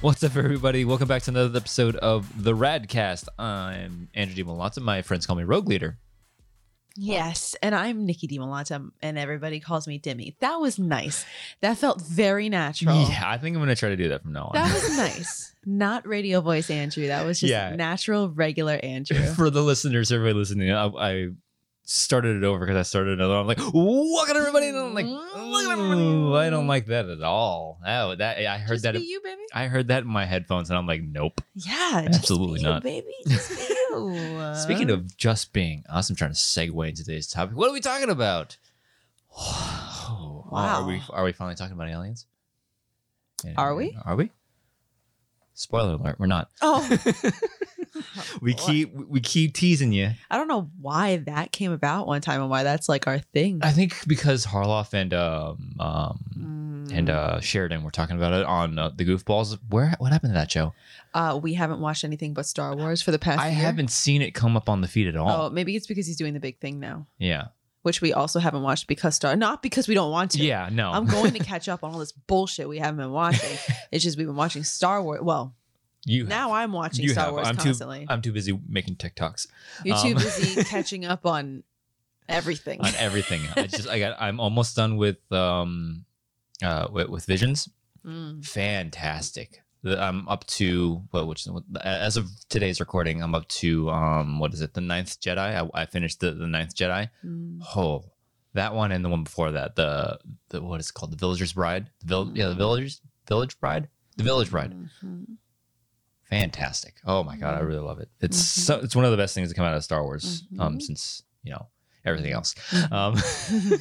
What's up, everybody? Welcome back to another episode of the Radcast. I'm Andrew D. Malata. My friends call me Rogue Leader. Yes, and I'm Nikki DiMolanta, and everybody calls me Demi. That was nice. That felt very natural. Yeah, I think I'm going to try to do that from now on. That was nice. Not radio voice Andrew. That was just Yeah. natural, regular Andrew. For the listeners, everybody listening, I, I started it over because I started another one. I'm like, welcome everybody. And I'm like, "Ooh, I don't like that at all. Oh, that I heard Mm. just that. be you, baby. I heard that in my headphones, and I'm like, nope. Yeah, Absolutely just not. be you, baby. Just be you. Speaking of just being us, I'm trying to segue into today's topic. What are we talking about? Are Wow. we are we finally talking about aliens? And- Are we? Are we? Spoiler alert, we're not. oh, We What? keep we keep teasing you. I don't know why that came about one time and why that's like our thing. I think because Harloff and um, um Mm. and uh Sheridan were talking about it on uh, the Goofballs. Where what happened to that show? uh, we haven't watched anything but Star Wars for the past. I year. haven't seen it come up on the feed at all. Oh, maybe it's because he's doing the big thing now, Yeah. which we also haven't watched because Star. Not because we don't want to. Yeah, no. I'm going to catch up on all this bullshit we haven't been watching. It's just we've been watching Star Wars. Well, you now I'm watching you Star have. Wars I'm too- um, constantly. I'm too busy making TikToks. You're too um, busy catching up on everything. on everything. I just I got I'm almost done with um uh with, with Visions. Mm. Fantastic. The, I'm up to well, which as of today's recording, I'm up to um what is it? The Ninth Jedi. I, I finished the, the Ninth Jedi. Mm. Oh, that one and the one before that. The the what is it called? The Villager's Bride. The vill- yeah, the Villagers Village Bride. The Village Bride. Mhm. Fantastic. Oh my god, I really love it. It's Mhm. so, it's one of the best things to come out of Star Wars um Mhm. since, you know, everything else. Um,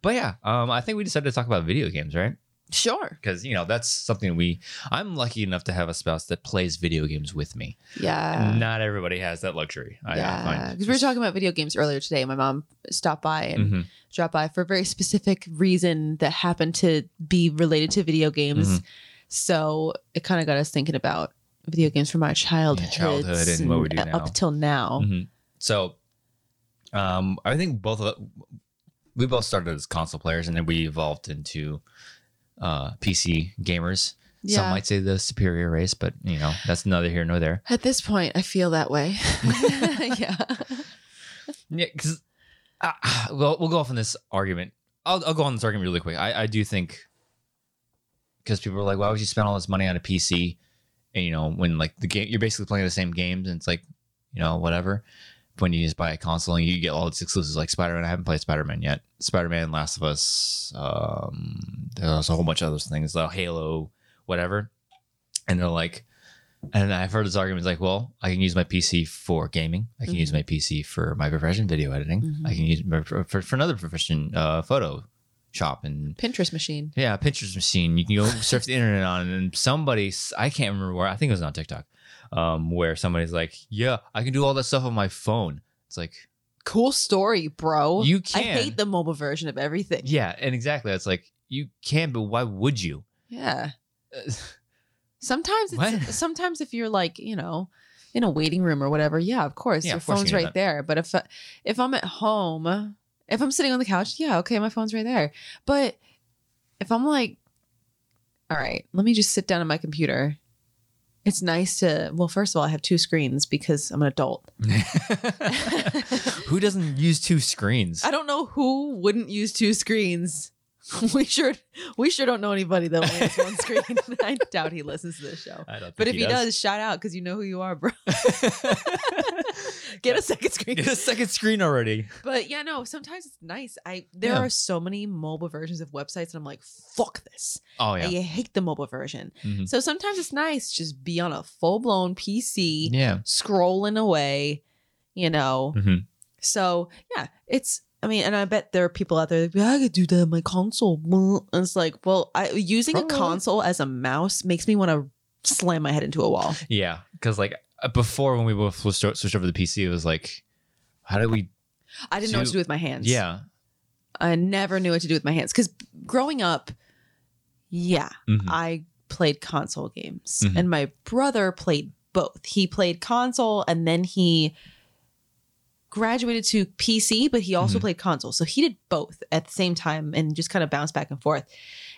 but yeah, um, I think we decided to talk about video games, right? Sure. Because you know that's something we. I'm lucky enough to have a spouse that plays video games with me. Yeah. Not everybody has that luxury. I, I yeah. find. Because we were talking about video games earlier today. My mom stopped by and Mhm. dropped by for a very specific reason that happened to be related to video games. Mm-hmm. So it kind of got us thinking about video games from our childhood, childhood and what we do now. up till now. Mhm. So, um, I think both of we both started as console players, and then we evolved into uh, PC gamers. Some might say the superior race, but you know that's neither here nor there. At this point, I feel that way. yeah. Yeah, because uh, well, we'll go off on this argument. I'll, I'll go on this argument really quick. I, I do think because people are like, why would you spend all this money on a PC? And you know, when like the game, you're basically playing the same games, and it's like, you know, whatever. When you just buy a console and you get all its exclusives, like Spider Man, I haven't played Spider Man yet. Spider Man, Last of Us, um, there's a whole bunch of other things, like Halo, whatever. And they're like, and I've heard this argument it's like, well, I can use my PC for gaming. I can use Mhm. my PC for my profession, video editing. Mhm. I can use my, for, for another profession, uh, photo shop and Pinterest machine. yeah, Pinterest machine. You can go surf the internet on, and somebody I can't remember where. I think it was on TikTok, um, where somebody's like, "Yeah, I can do all that stuff on my phone." It's like, Cool story, bro. You I can. hate the mobile version of everything. yeah, and exactly. It's like you can, but why would you? Yeah. Sometimes it's What? sometimes if you're like, you know, in a waiting room or whatever, yeah, of course, Yeah, your of course you phone's can do that. right there. But if uh, if I'm at home, if I'm sitting on the couch, yeah, okay, my phone's right there. But if I'm like, all right, let me just sit down at my computer. It's nice to well, first of all, I have two screens because I'm an adult. Who doesn't use two screens? I don't know who wouldn't use two screens. We sure we sure don't know anybody that only has one screen. I doubt he listens to this show. I don't But if think he does, shout out because you know who you are, bro. Get a second screen. Get a second screen already. But yeah, no, sometimes it's nice. I there Yeah. are so many mobile versions of websites and I'm like, fuck this. Oh yeah, I hate the mobile version. Mhm. So sometimes it's nice to just be on a full blown PC, yeah. scrolling away, you know. Mhm. So yeah, it's I mean, and I bet there are people out there. Like, I could do that on my console. And it's like, well, I, using Probably. a console as a mouse makes me want to slam my head into a wall. Yeah, because like uh, before when we both switched switched over to the PC, it was like, how do we? I didn't know what to Dude. do with my hands. Yeah, I never knew what to do with my hands because growing up, yeah, Mhm. I played console games, Mhm. and my brother played both. He played console, and then he graduated to PC, but he also Mhm. played console. So he did both at the same time and just kind of bounced back and forth.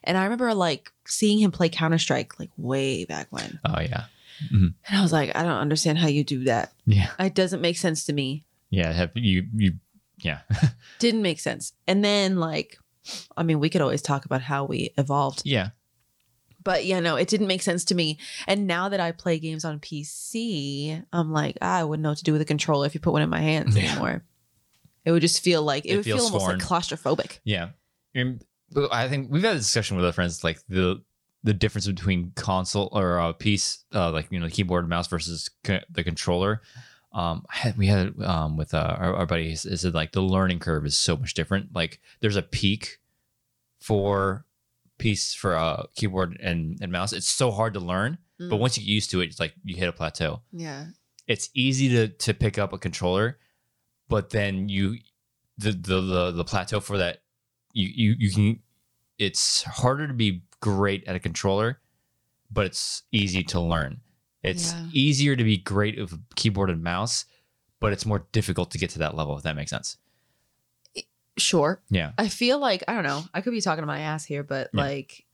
And I remember like seeing him play Counter Strike like way back when. Oh yeah, And I was like, I don't understand how you do that. yeah, It doesn't make sense to me. yeah. Have you you? Yeah, Didn't make sense. And then like, I mean, we could always talk about how we evolved yeah. but yeah, no, it didn't make sense to me. And now that I play games on PC, I'm like, ah, I wouldn't know what to do with a controller if you put one in my hands Yeah. anymore. It would just feel like it, It would feel feels almost like claustrophobic. Yeah. And I think we've had a discussion with our friends like the the difference between console or uh, piece uh, like you know keyboard and mouse versus co- the controller. Um, I had, we had it, um, with uh, our, our buddy. He s- he said like the learning curve is so much different. Like there's a peak for piece for uh, keyboard and, and mouse. It's so hard to learn, but Mm. once you get used to it, it's like you hit a plateau Yeah. it's easy to to pick up a controller, but then you the the the, the plateau for that you, you you can it's harder to be great at a controller, but it's easy to learn. It's Yeah. easier to be great with a keyboard and mouse, but it's more difficult to get to that level if that makes sense. Sure. Yeah. I feel like, I don't know, I could be talking to my ass here, but Yeah. like,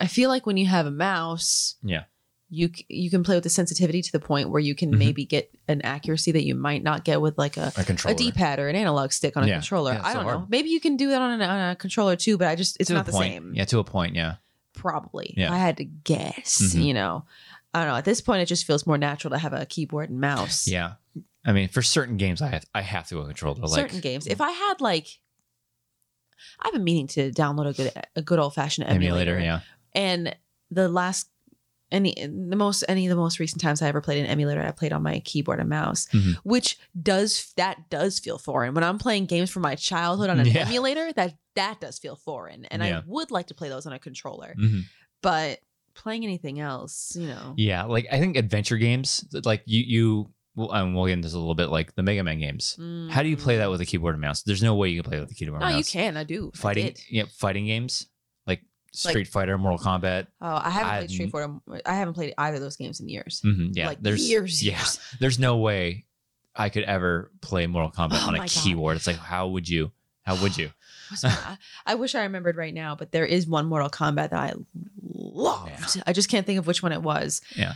I feel like when you have a mouse, Yeah. You, c- you can play with the sensitivity to the point where you can Mhm. maybe get an accuracy that you might not get with like a A a controller. d-pad or an analog stick on a Yeah. controller Yeah, it's i so don't know hard. maybe you can do that on, an, on a controller too but i just it's To a not the point. same Yeah, to a point, yeah. probably if Yeah. i had to guess Mhm. you know i don't know at this point it just feels more natural to have a keyboard and mouse Yeah. I mean, for certain games I have I have to go controller. Like mm. certain games if i had like i've been meaning to download a good a good old-fashioned emulator, emulator, yeah. and the last any the most any of the most recent times I ever played an emulator, I played on my keyboard and mouse, Mhm. which does that does feel foreign. When I'm playing games from my childhood on an Yeah. emulator, that that does feel foreign, and I Yeah. would like to play those on a controller. Mhm. But playing anything else, you know, Yeah, like I think adventure games, like you, you, well, and we'll get into this a little bit, like the Mega Man games. How do you play that with a keyboard and mouse? There's no way you can play with a keyboard Mm. No, and Mm. Oh, you mouse. can. I do I Fighting, did. yeah, fighting games like Street Fighter, Mortal Kombat. Oh, I haven't I- played Street Fighter. I haven't played either of those games in years. hmm yeah, like there's years. Yeah, years. there's no way I could ever play Mortal Kombat Oh on my a God. keyboard. It's like, how would you? How would you? What's my- I- I wish I remembered right now, but there is one Mortal Kombat that I loved. I just can't think of which one it was. Yeah.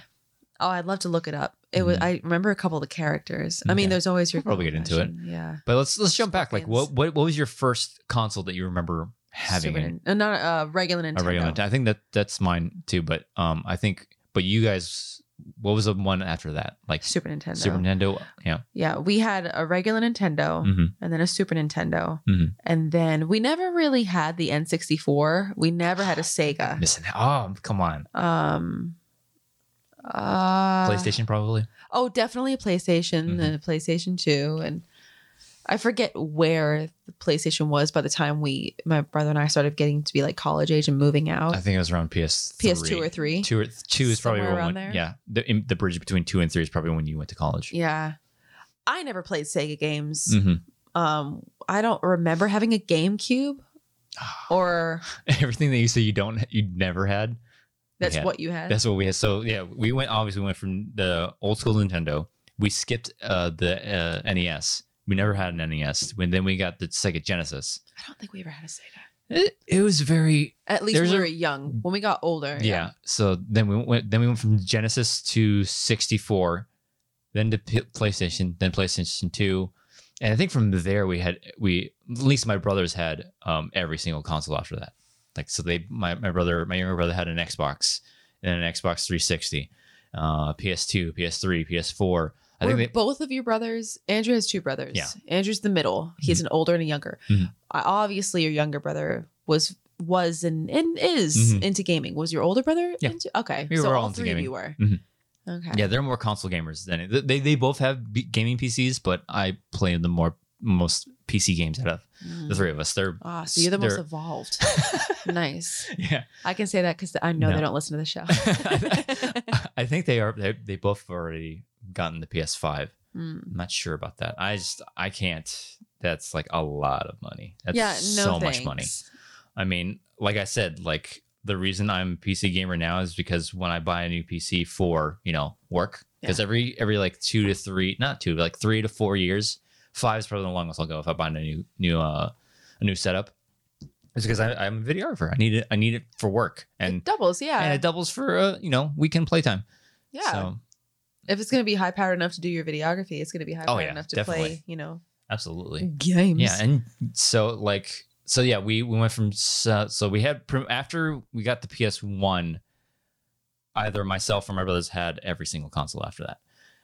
Oh, I'd love to look it up. It was. Mhm. I remember a couple of the characters. I Okay. mean, there's always your We'll probably get into it. fashion. Yeah. But let's let's jump back. Like, what Scorpions. what what was your first console that you remember having? Super in- Nin- uh, not uh, regular Nintendo. a regular Nintendo. I think that that's mine too. But um, I think, but you guys, what was the one after that? Like Super Nintendo. Oh, Super Nintendo. Yeah. yeah, we had a regular Nintendo Mhm. and then a Super Nintendo, Mhm. and then we never really had the N64. We never had a Sega. Missing out. Oh, come on. Um. Uh, PlayStation Mm-hmm. probably. Oh, definitely a PlayStation and a PlayStation 2. And I forget where the PlayStation was by the time we, my brother and I started getting to be like college age and moving out. I think it was around PS PS2 or 3. Two or two is probably Somewhere where around one. there. Yeah, the in, the bridge between two and three is probably when you went to college. Yeah. I never played Sega games. Mhm. Um, I don't remember having a GameCube or Everything that you say you don't, you never had. that's Yeah. what you had. That's what we had. So yeah, we went obviously we went from the old school Nintendo. We skipped uh, the uh, NES. We never had an NES. When then we got the Sega Genesis. I don't think we ever had a Sega. It, it was very At least There's when a- we were young. When we got older. yeah. So then we went. Then we went from Genesis to 64, then to P- PlayStation, then PlayStation 2, and I think from there we had we at least my brothers had um, every single console after that. Like so, they my my brother my younger brother had an Xbox and an Xbox 360, uh, PS2, PS3, PS4. I Were think they, both of your brothers. Andrew has two brothers. Yeah. Mm-hmm. Andrew's the middle. He's an older and a younger. Mhm. I Obviously, your younger brother was was and and is Mhm. into gaming. Was your older brother? Yeah. Into, okay. We so were all, all into three of gaming. you were. Mhm. Okay. yeah, they're more console gamers than they they, they both have b- gaming PCs, but I play the more most PC games out of the Mm. three of us. They're Ah, so you're the most they're- evolved. nice. yeah. I can say that because I know No. they don't listen to the show. I think they are. They, they both have already gotten the PS5. Mm. I'm not sure about that. I just I can't. That's like a lot of money. That's yeah. No. so much money. thanks. I mean, like I said, like the reason I'm a PC gamer now is because when I buy a new PC for you know work, because every every like two to three, not two, but like three to four years, Five is probably the longest I'll go if I buy a new new uh a new setup. It's because I, I'm a videographer. I need it. I need it for work, it and doubles, yeah, and it doubles for uh, you know weekend playtime. yeah. So if it's gonna be high powered enough to do your videography, it's gonna be high powered Oh, yeah, enough to play, definitely. you know, absolutely. games. Yeah, and so like so yeah, we we went from so, so we had prim- after we got the PS One, either myself or my brothers had every single console after that.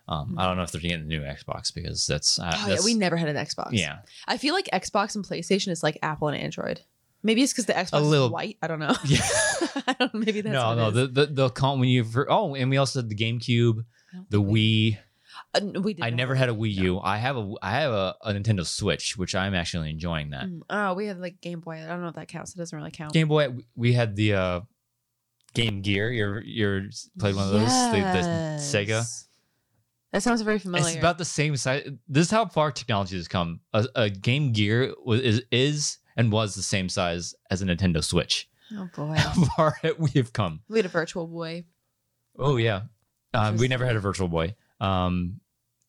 Um, I don't know if they're getting the new Xbox because that's uh, oh yeah, that's- we never had an Xbox. yeah I feel like Xbox and PlayStation is like Apple and Android. Maybe it's because the Xbox little- is white. I don't know. yeah. I don't. Maybe that's no what it no is. the the the con- when you fir- oh and we also had the GameCube, I don't the think Wii. Uh, n- we did I not. never had a Wii U. I have a I have a, a Nintendo Switch, which I'm actually enjoying that. Mm, oh, we had like Game Boy. I don't know if that counts. It doesn't really count. Game Boy, we- we had the uh, Game Gear. You're you're played one of those, the, the Sega. Yes. That sounds very familiar. It's about the same size. This is how far technology has come. A, a Game Gear was, is, is and was the same size as a Nintendo Switch. oh boy, How far we have come. we had a Virtual Boy. Oh yeah, um, we Just- never had a Virtual Boy. Um,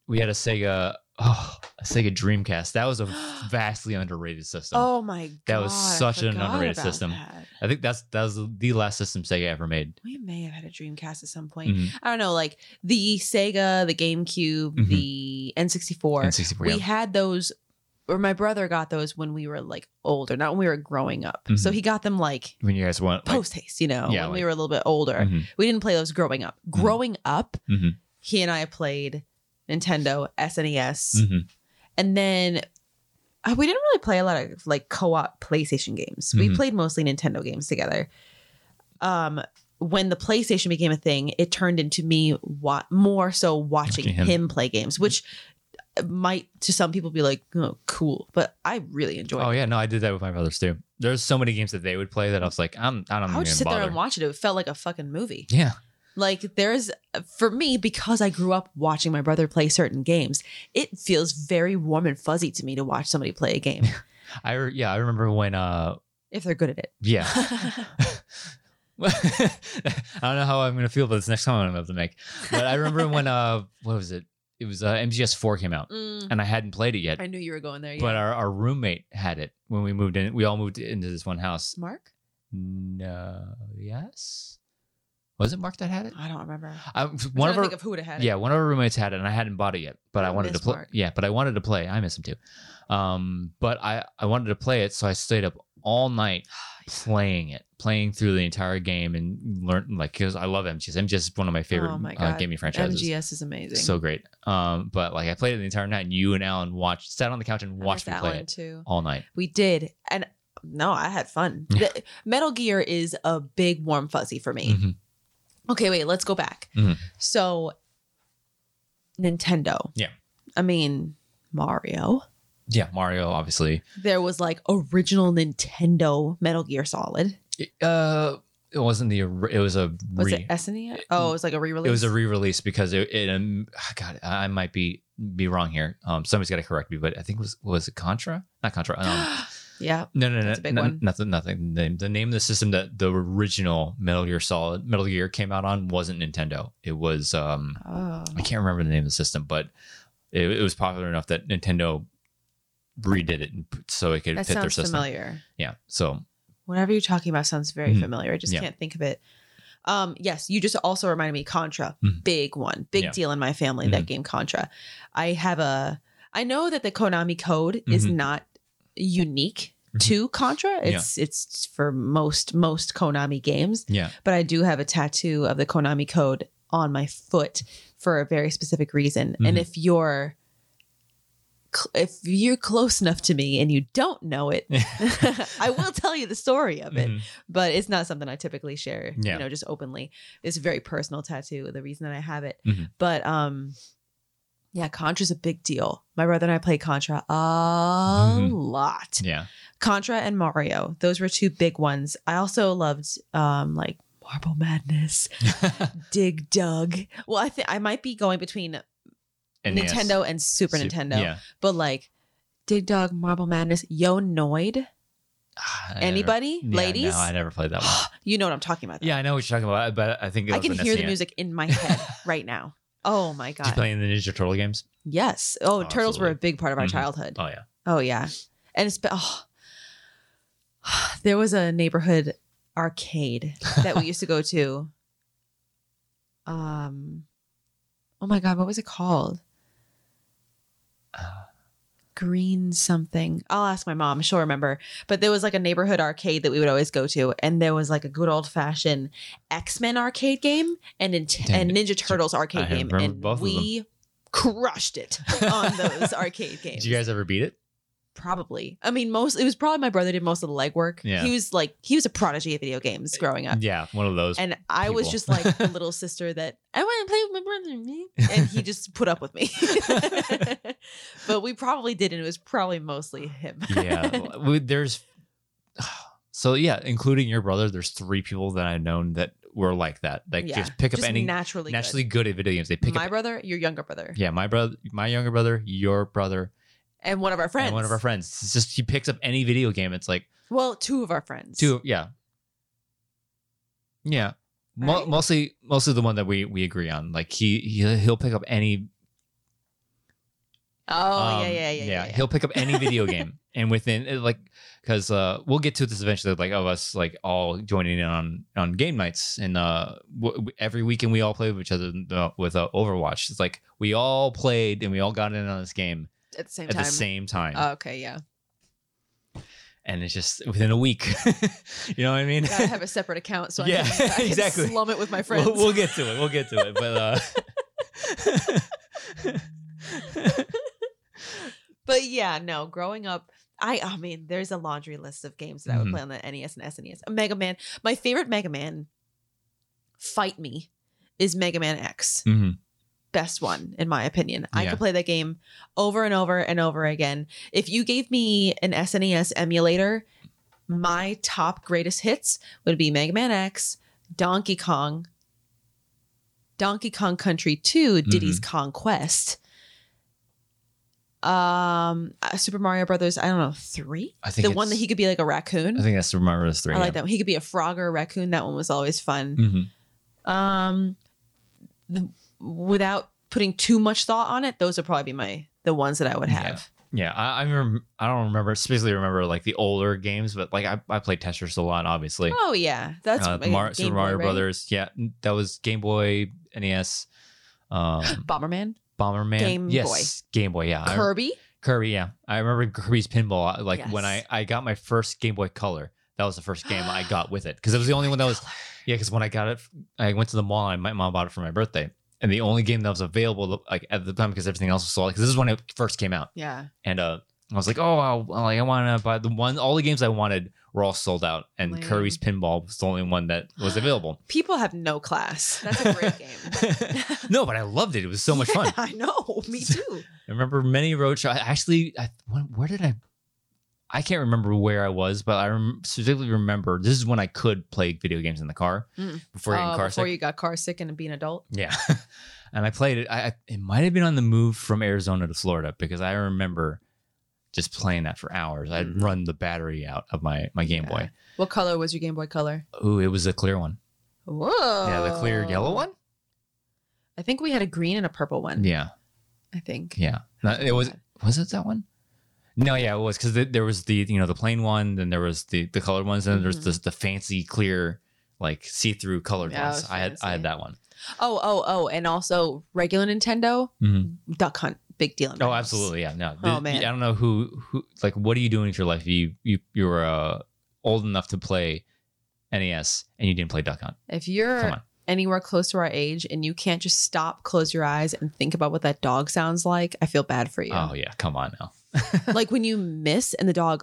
we had a Sega, oh, a Sega Dreamcast. That was a vastly underrated system. oh my god, that was I such an forgot underrated about system. that. I think that's that was the last system Sega ever made. We may have had a Dreamcast at some point. Mhm. I don't know, like the Sega, the GameCube, Mhm. the N64. N64. yeah. We had those, or my brother got those when we were like older, not when we were growing up. So Mhm. he got them like when you guys want like, post haste, you know, Yeah, when like- Mm-hmm. we were a little bit older. Mhm. We didn't play those growing up. Growing up, Mhm. he and I played Nintendo, E SNES, Mhm. and then uh, we didn't really play a lot of like co-op PlayStation games. We Mhm. played mostly Nintendo games together. Um, when the PlayStation became a thing, it turned into me wa- more so watching Watching him. him. play games, which uh, might to some people be like, "Oh, cool," but I really enjoyed. Oh it. yeah, no, I did that with my brothers too. There's so many games that they would play that I was like, I'm I don't I even would just sit bother. there and watch it. It felt like a fucking movie. yeah, Like there's for me because I grew up watching my brother play certain games. It feels very warm and fuzzy to me to watch somebody play a game I re- yeah I remember when uh if they're good at it. yeah. I don't know how I'm gonna feel about this next comment I'm about to make, but I remember when uh what was it? It was uh, MGS4 came out, Mm, and I hadn't played it yet, I knew you were going there. Yeah. but uh, our, our roommate had it when we moved in. We all moved into this one house. Mark? No, yes, was it Mark that had it? I don't remember. I, I'm one trying of to our think of who would have had it. Yeah, one of our roommates had it, and I hadn't bought it yet, but I, I wanted to miss play. Mark. Yeah, but I wanted to play. I miss him too. Um, but I I wanted to play it, so I stayed up all night playing it, playing through the entire game, and learn like because I love MGS. MGS is one of my favorite Oh my uh, God. gaming franchises. MGS is amazing. So great. Um, but like I played it the entire night, and you and Alan watched, sat on the couch and I watched me missed that play one it too. all night. We did, and no, I had fun. The- Metal Gear is a big warm fuzzy for me. Mhm. Okay, wait, let's go back. Mhm. So, Nintendo. Yeah. I mean, Mario. Yeah, Mario obviously. There was like original Nintendo Metal Gear Solid. It, uh, it wasn't the. ori- It was a. Was re- it SNES? Oh, it was like a re release. It was a re-release because it, it um, God, I might be be wrong here. Um, somebody's got to correct me, but I think it was was it Contra? Not Contra. Um, yeah. no, no, no, That's a big no- one. nothing, nothing. The name, the name of the system that the original Metal Gear Solid Metal Gear came out on wasn't Nintendo. It was um, Oh. I can't remember the name of the system, but it, it was popular enough that Nintendo redid it and p- so it could That fit their sounds system. familiar. Yeah, so Whatever you're talking about sounds very Mhm. familiar. I just Yeah. can't think of it. Um, yes, you just also reminded me Contra, Mhm. big one, big Yeah. Mm-hmm. deal in my family. That game Contra. I have a. I know that the Konami code is Mhm. not unique Mhm. to Contra. Yeah. It's it's for most most Konami games, yeah, but I do have a tattoo of the Konami code on my foot for a very specific reason. And Mhm. if you're cl- if you're close enough to me and you don't know it, I will tell you the story of it, Mhm. but it's not something I typically share, Yeah. you know, just openly. It's a very personal tattoo, the reason that I have it. Mhm. But um yeah, Contra's a big deal. My brother and I play Contra a lot. yeah, Contra and Mario, those were two big ones. I also loved um like Marble Madness, Dig Dug. Well, I think I might be going between NES. Nintendo and Super Su- Nintendo, E Yeah, but like Dig Dug, Marble Madness, Yo Noid. I never- Anybody, Yeah, ladies? No, I never played that one. you know what I'm talking about. though. Yeah, I know what you're talking about, but I think it I was can an hear the SNES. music in my head right now. Oh my god. Just playing the Ninja Turtle games. Yes. Oh, Oh, turtles were a absolutely. big part of our Mhm. childhood. Oh yeah. Oh yeah. And it's been, oh. there was a neighborhood arcade that we used to go to. Um Oh my god, what was it called? Uh, Ah, Green something. I'll ask my mom, she'll remember. But there was like a neighborhood arcade that we would always go to and there was like a good old-fashioned X-Men arcade game and in- Dang and Ninja Turtles I arcade game remember and both of them. we crushed it on those arcade games. Did you guys ever beat it? Probably. I mean, most it was probably my brother did most of the legwork. Yeah. He was like he was a prodigy at video games growing up. Yeah, one of those. And I was people. just like the little sister that I want to play with my brother and me. And he just put up with me. but we probably did, and it was probably mostly him. yeah, we, there's. So yeah, including your brother, there's three people that I've known that were like that. Like Yeah, just pick up just any naturally. good. naturally good. at video games. They pick my up. brother, your younger brother, Yeah, my brother, my younger brother, your brother, and one of our friends. and one of our friends. It's just he picks up any video game. It's like Well, two of our friends. two. Yeah. Yeah. Mo- Right? mostly, mostly the one that we we agree on. Like he, he he'll pick up any Oh Um, yeah, yeah, yeah, yeah, yeah. He'll pick up any video game, and within it, like, because uh, we'll get to this eventually, like of us like all joining in on on game nights, and uh, w- w- every weekend we all play with each other uh, with uh, Overwatch. It's like we all played and we all got in on this game At the same at time. the same time, Oh, okay, yeah. and it's just within a week. you know what I mean? Gotta have a separate account so I, Yeah, can, I can exactly. slum it with my friends. We'll, we'll get to it. We'll get to it. uh, But uh, But yeah, no, growing up, I I mean, there's a laundry list of games that I would Mhm. play on the NES and SNES. Mega Man, my favorite Mega Man, fight me, is Mega Man X. mhm. Best one, in my opinion. I Yeah. could play that game over and over and over again. If you gave me an SNES emulator, my top greatest hits would be Mega Man X, Donkey Kong, Donkey Kong Country 2, Diddy's Mm-hmm. Conquest, um, uh, Super Mario Brothers, I don't know, 3? I think The one that it's- he could be like a raccoon. I think that's remember this three. I like that one. He could be a frog or a raccoon. That one was always fun. hmm Um, the, without putting too much thought on it, those would probably be my the ones that I would Yeah. have. Yeah, I I, rem- I don't remember specifically remember like the older games, but like I, I played Tetris a lot, obviously. Oh yeah, that's Uh, like, Mar- Game Super Boy, Mario right? Brothers. Yeah, that was Game Boy, NES, um, Bomberman, Bomberman. Game yes, Game Boy. Yeah, I- Kirby. Kirby. Yeah, I remember Kirby's Pinball. uh, Like when Yes. I I got my first Game Boy Color. That was the first game I got with it because it was the only one that was. Yeah, because when I got it, I went to the mall and my mom bought it for my birthday. And the only game that was available like at the time because everything else was sold. Because this is when it first came out Yeah. and uh, I was like, oh, I'll, I'll- like I want to buy the one. All the games I wanted were all sold out, and Lame. Kirby's Pinball was the only one that was available. People have no class. That's a great game. no, but I loved it. It was so much fun. Yeah, I know. Me too. I remember many road shows. Actually, I, when, where did I? I can't remember where I was, but I rem- specifically remember this is when I could play video games in the car Mm. before getting Uh, car before sick. you got car sick and being an adult. yeah, and I played it. I, I it might have been on the move from Arizona to Florida because I remember just playing that for hours. I'd Mhm. run the battery out of my my Game Yeah. Boy. What color was your Game Boy Color? Ooh, it was a clear one. Whoa. Yeah, the clear Oh. yellow one. I think we had a green and a purple one. Yeah, I think. yeah. No, it was was it that one? No, yeah, it was because there was the you know the plain one, then there was the the colored ones, and then Mhm. there's this, the fancy clear like see through colored Yeah, it ones. was I had I Oh, fancy. had that one. Oh, oh, oh, and also regular Nintendo Mhm. Duck Hunt, big deal. in my Oh, house. absolutely, yeah. No, Oh, The- man. I don't know who who like what are you doing with your life? You you you're uh, old enough to play NES and you didn't play Duck Hunt. If Come you're on. anywhere close to our age and you can't just stop, close your eyes, and think about what that dog sounds like, I feel bad for you. Oh yeah, come on now. like when you miss and the dog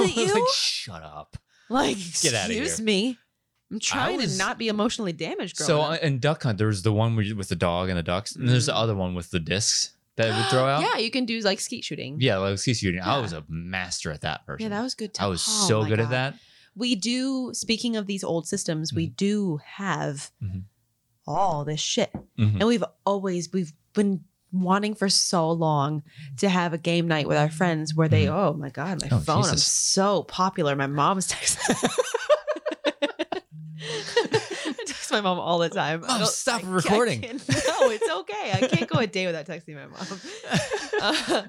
I was at you. like, shut up. Like, Get outta excuse here. me. I'm trying was- to not be emotionally damaged. Growing So uh, up. in Duck Hunt, there's the one where you- with the dog and the ducks, and there's the other one with the discs that it would throw out. Mm. yeah, you can do like skeet shooting. yeah, like CC Union. I Yeah. was a master at that person. Yeah, that was good. I time. was Oh so my good at God. that. We do. Speaking of these old systems, Mm-hmm. we do have Mhm. all this shit, Mhm. and we've always we've been wanting for so long to have a game night with our friends where they. Mhm. Oh my god, my Oh, phone! I'm Jesus. so popular. My mom's texting. text my mom all the time. I Mom, don't- Oh, stop Oh, I can't- recording. I can't- no, it's okay. I can't go a day without texting my mom. Uh,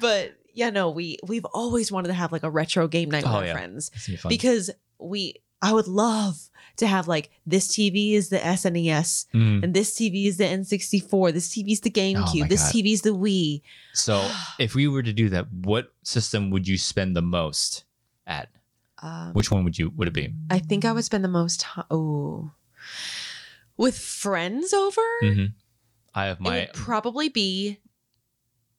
but yeah, no, we we've always wanted to have like a retro game night with Oh, our yeah. friends It's gonna be fun. because we. I would love to have like this TV is the SNES Mm. Oh and this TV is the N64, this TV is the GameCube, my this God. TV is the Wii. So, if we were to do that, what system would you spend the most at? Um, Which one would you would it be? I think I would spend the most time. Oh, with friends over, Mm-hmm. I have it my. would probably be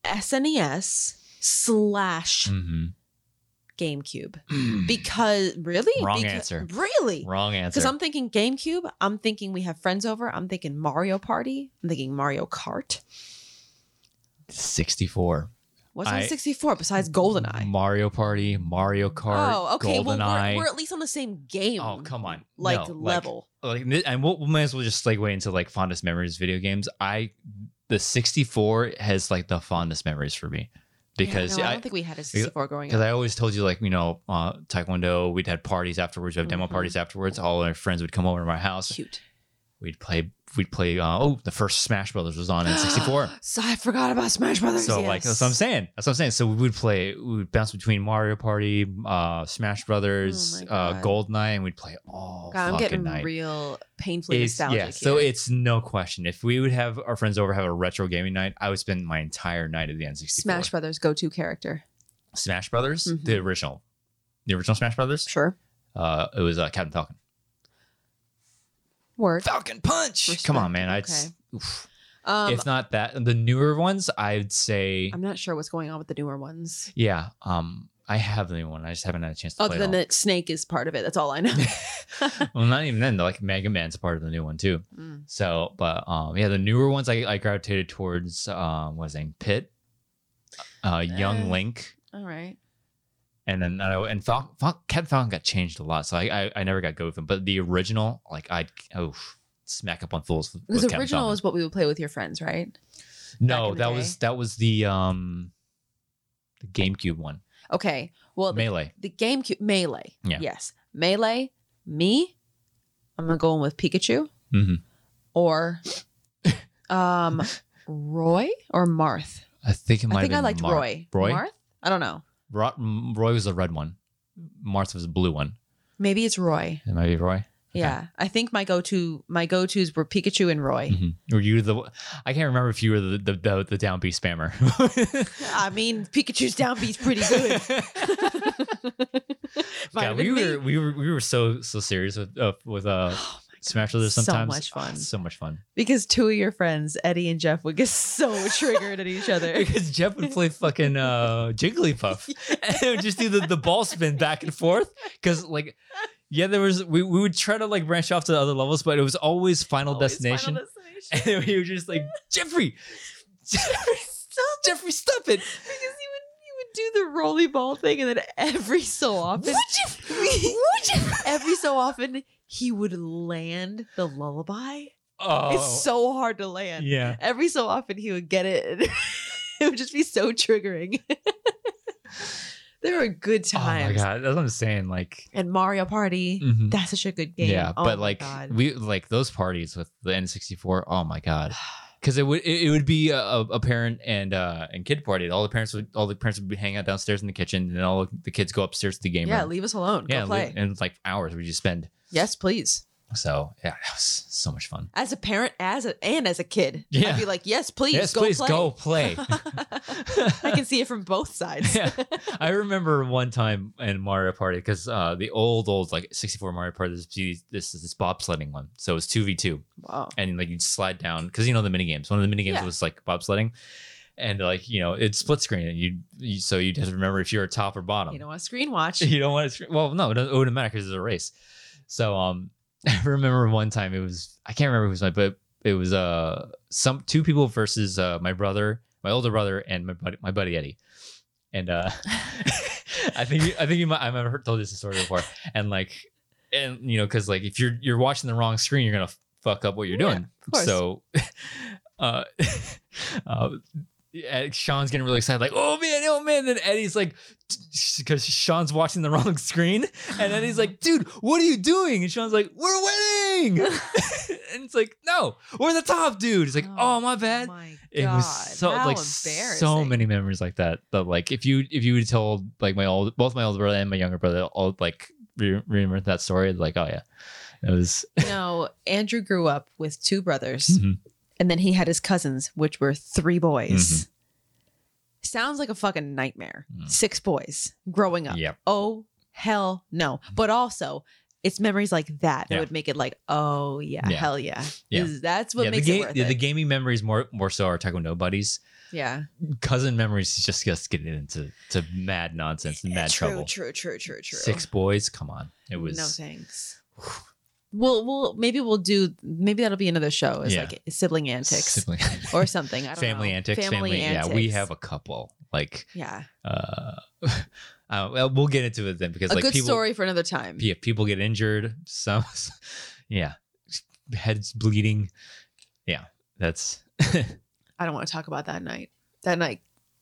SNES slash Mhm. GameCube because really, Wrong Beca- answer. really. Wrong answer. Because I'm thinking GameCube, I'm thinking we have friends over, I'm thinking Mario Party, I'm thinking Mario Kart. 64. What's on I- Mm, 64 besides GoldenEye? Mario Party, Mario Kart, Oh, okay. Well, GoldenEye. we're, we're at least on the same game. oh, come on. Like No, level. Like, like, and we'll, we might as well just segue into like fondest memories of video games. I, the 64 has like the fondest memories for me Yeah, because no, I, I, don't think we had a 64 growing Because up. I always told you, like, you know, uh, Taekwondo, we'd had parties afterwards, we'd have demo Mhm. parties afterwards. All our friends would come over to my house. Cute. We'd play, we'd play, uh, oh, the first Smash Brothers was on in 64. so I forgot about Smash Brothers. so, like, that's what I'm yes. saying. That's what I'm saying. So, we would play, we would bounce between Mario Party, uh, Smash Brothers, Oh my uh, God. Goldeneye, and we'd play all God, I'm fucking getting night. real painfully It's- nostalgic. yeah, so here. it's no question. If we would have our friends over have a retro gaming night, I would spend my entire night at the N64. Smash Brothers go to character. Smash Brothers, the Mhm. original, the original Smash Brothers. Sure. Uh, it was uh, Captain Falcon. Word. Falcon Punch. Come on, man. I'd, Respect. oof. Um, if not that, the newer ones, I'd say, I'm not sure what's going on with the newer ones. yeah. Um, I have the new one. I just haven't had a chance to Other play than it. that, Snake is part of it. That's all I know. all. well, not even then. though, Like Mega Man's part of the new one too. Mm. So, but um, yeah, the newer ones, I, I gravitated towards. Um, what was it Pit, uh, Young Uh. Link, All right. and then I and Fal- Fal- Captain Falcon got changed a lot. So I, I, I never got go with him. But the original, like I oh. Smack up on fools. with Because Captain original Falcon. was what we would play with your friends, right? back No, in the that was that was the um the GameCube one. Okay. Well, the, Melee. the GameCube Melee. Yeah. Yes. Melee. Me. I'm gonna go in with Pikachu Mhm. or um Roy or Marth. I think it might I think I have been liked Mar- Roy. Roy? Marth. I don't know. Ro- m- Roy was the red one. Martha was the blue one. Maybe it's Roy. It might be Roy. Yeah, I think my go-to my go-tos were Pikachu and Roy. Mhm. Were you the? I can't remember if you were the the the, the down B spammer. I mean, Pikachu's downbeat's pretty good. Might God, have we been me. Oh were we were we were so so serious with uh, with uh Smash Brothers so sometimes. much Ah, fun. so much fun. because two of your friends, Eddie and Jeff, would get so triggered at each other. Because Jeff would play fucking uh, Jigglypuff and it would just do the, the ball spin back and forth. Because, like, yeah, there was, we, we would try to like branch off to other levels, but it was always Final Always Destination. Final Destination. and he was just like, Jeffrey, Jeffrey, stop, Jeffrey, stop it. because he would he would do the rolly ball thing, and then every so often, every so often, he would land the lullaby. Oh, It's so hard to land. yeah. Every so often, he would get it. and it would just be so triggering. there were good Oh my times. God. That's what I'm saying. Like, and Mario Party. mhm. That's such a good game. yeah, Oh but my like, God. we like those parties with the N64. Oh my God. because it would it, it would be a, a a parent and uh and kid party. All the parents would all the parents would be hanging out downstairs in the kitchen, and all the kids go upstairs to the game yeah, room. leave us alone. yeah, li- Go play. and it's like hours we just spend. yes, please. So yeah, that was so much fun. As a parent, as a and as a kid, Yeah. I'd be like, yes, please, yes, go please play. go play. I can see it from both sides. yeah, I remember one time in Mario Party because uh, the old old like 64 Mario Party. This this is this bobsledding one, so it was two v two. Wow. and like you'd slide down because you know the mini games. One of the mini games Yeah. was like bobsledding, and like you know it's split screen, and you, you so you just remember if you're top or bottom. You know, a screen watch. You don't want to. Screen- well, no, it doesn't- it wouldn't matter because it's a race. So um, I remember one time it was I can't remember who was my but it was uh some two people versus uh my brother, my older brother, and my buddy my buddy Eddie, and uh. I think I think you might I've never heard- told this story before, and like, and you know, because like if you're you're watching the wrong screen, you're gonna fuck up what you're Yeah, doing. course. So, uh, uh, Ed- Sean's getting really excited, like, oh man, oh man. Then Eddie's like, because Sean's watching the wrong screen. And Eddie's like, dude, what are you doing? And Sean's like, we're winning. and it's like, no, we're the top, dude. He's like, oh, my bad. My God. it was so How like so embarrassing. many memories like that. That like if you if you would told like my old both my older brother and my younger brother all like re- remember that story, like, oh yeah. It was You know, Andrew grew up with two brothers, Mhm. and then he had his cousins, which were three boys. Mm-hmm. Sounds like a fucking nightmare. Mm. Six boys growing up. Yep. Oh hell no! But also, it's memories like that that Hmm. Yeah. would make it like, oh yeah, Yeah. hell yeah. Yeah. Is- That's what yeah, makes the it game worth yeah, it. the gaming memories more more so are Taekwondo buddies. yeah. Cousin memories is just just getting into to mad nonsense and mad true, trouble. True, true, true, true. Six boys, come on. It was no thanks. We'll we'll maybe we'll do maybe that'll be another show is Yeah. like sibling antics sibling- or something. I don't family know. antics, family, Yeah, we have a couple. Like yeah uh, uh well, we'll get into it then because a like good people story for another time. yeah, people get injured. Some, yeah, heads bleeding. Yeah, that's I don't want to talk about that night. That night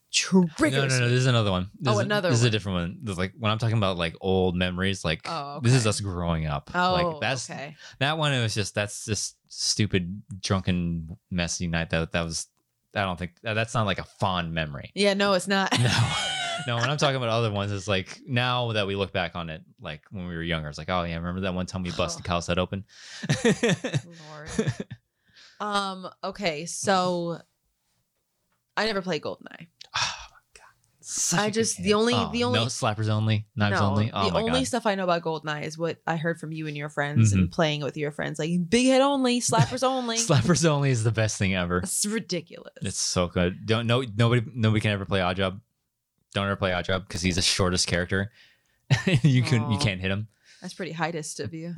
triggers. no, no, no. me. This is another one. This Oh, is, another This is one. a different one. This is like when I'm talking about like old memories. Like Oh, this is okay. us growing up. Oh, like that's okay. that one. It was just that's just stupid, drunken, messy night. That that was. I don't think that- that's not like a fond memory. Yeah, no, it's not. No. No, when I'm talking about other ones, it's like now that we look back on it, like when we were younger, it's like, oh yeah, remember that one time we busted Cal's head open? Oh, Lord. um. Okay. So I never played Goldeneye. Such I a good just- the game. only- Oh, the only- no slappers only knives no, only. Oh the my only god! Mm-hmm. stuff I know about Goldeneye is what I heard from you and your friends and playing it with your friends, like big hit only, slappers only. Slappers only is the best thing ever. it's ridiculous. It's so good. Don't no nobody nobody can ever play odd job. Don't ever play odd job because he's the shortest character. you can you Aw. can't hit him. That's pretty heightist of you.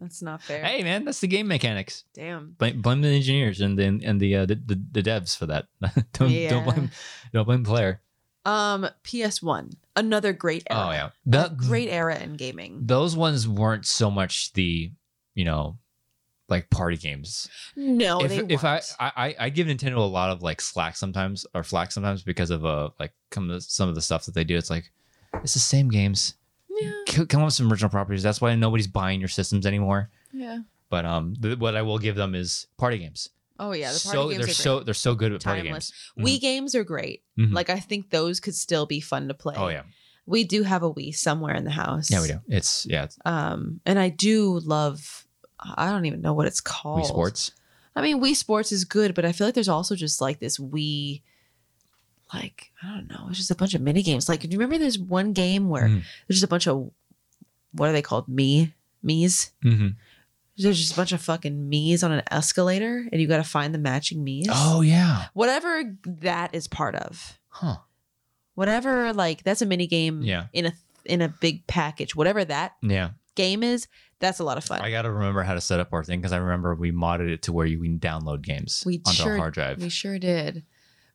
That's not fair. hey man, that's the game mechanics. Damn. Blame, blame the engineers and the, and the, uh, the the the devs for that. don't Yeah. don't blame don't blame the player. Um. PS One, another great era. Oh yeah, A that great era in gaming. Those ones weren't so much the you know like party games. No, if, they if I, weren't. I I- I give Nintendo a lot of like slack sometimes or flack sometimes because of uh like come to some of the stuff that they do. It's like it's the same games. yeah, C- Come up with some original properties. That's why nobody's buying your systems anymore. yeah. But um, th- what I will give them is party games. Oh yeah, the party so games they're are great. so mm-hmm. they're so good with party Timeless. games. Wii games are great. Mhm. Like I think those could still be fun to play. Oh yeah, we do have a Wii somewhere in the house. yeah we do. It's yeah, it's Um, and I do love. I don't even know what it's called. Wii Sports. I mean, Wii Sports is good, but I feel like there's also just like this Wii, like I don't know, it's just a bunch of mini games. Like, do you remember there's one game where Mhm. there's just a bunch of what are they called? Me me's. hmm There's just a bunch of fucking me's on an escalator, and you got to find the matching me's. Oh yeah, whatever that is part of. huh? Whatever, like that's a mini game. Yeah. in a in a big package. Whatever that Yeah, game is, that's a lot of fun. I gotta remember how to set up our thing because I remember we modded it to where you can download games We onto sure- a hard drive. We sure did.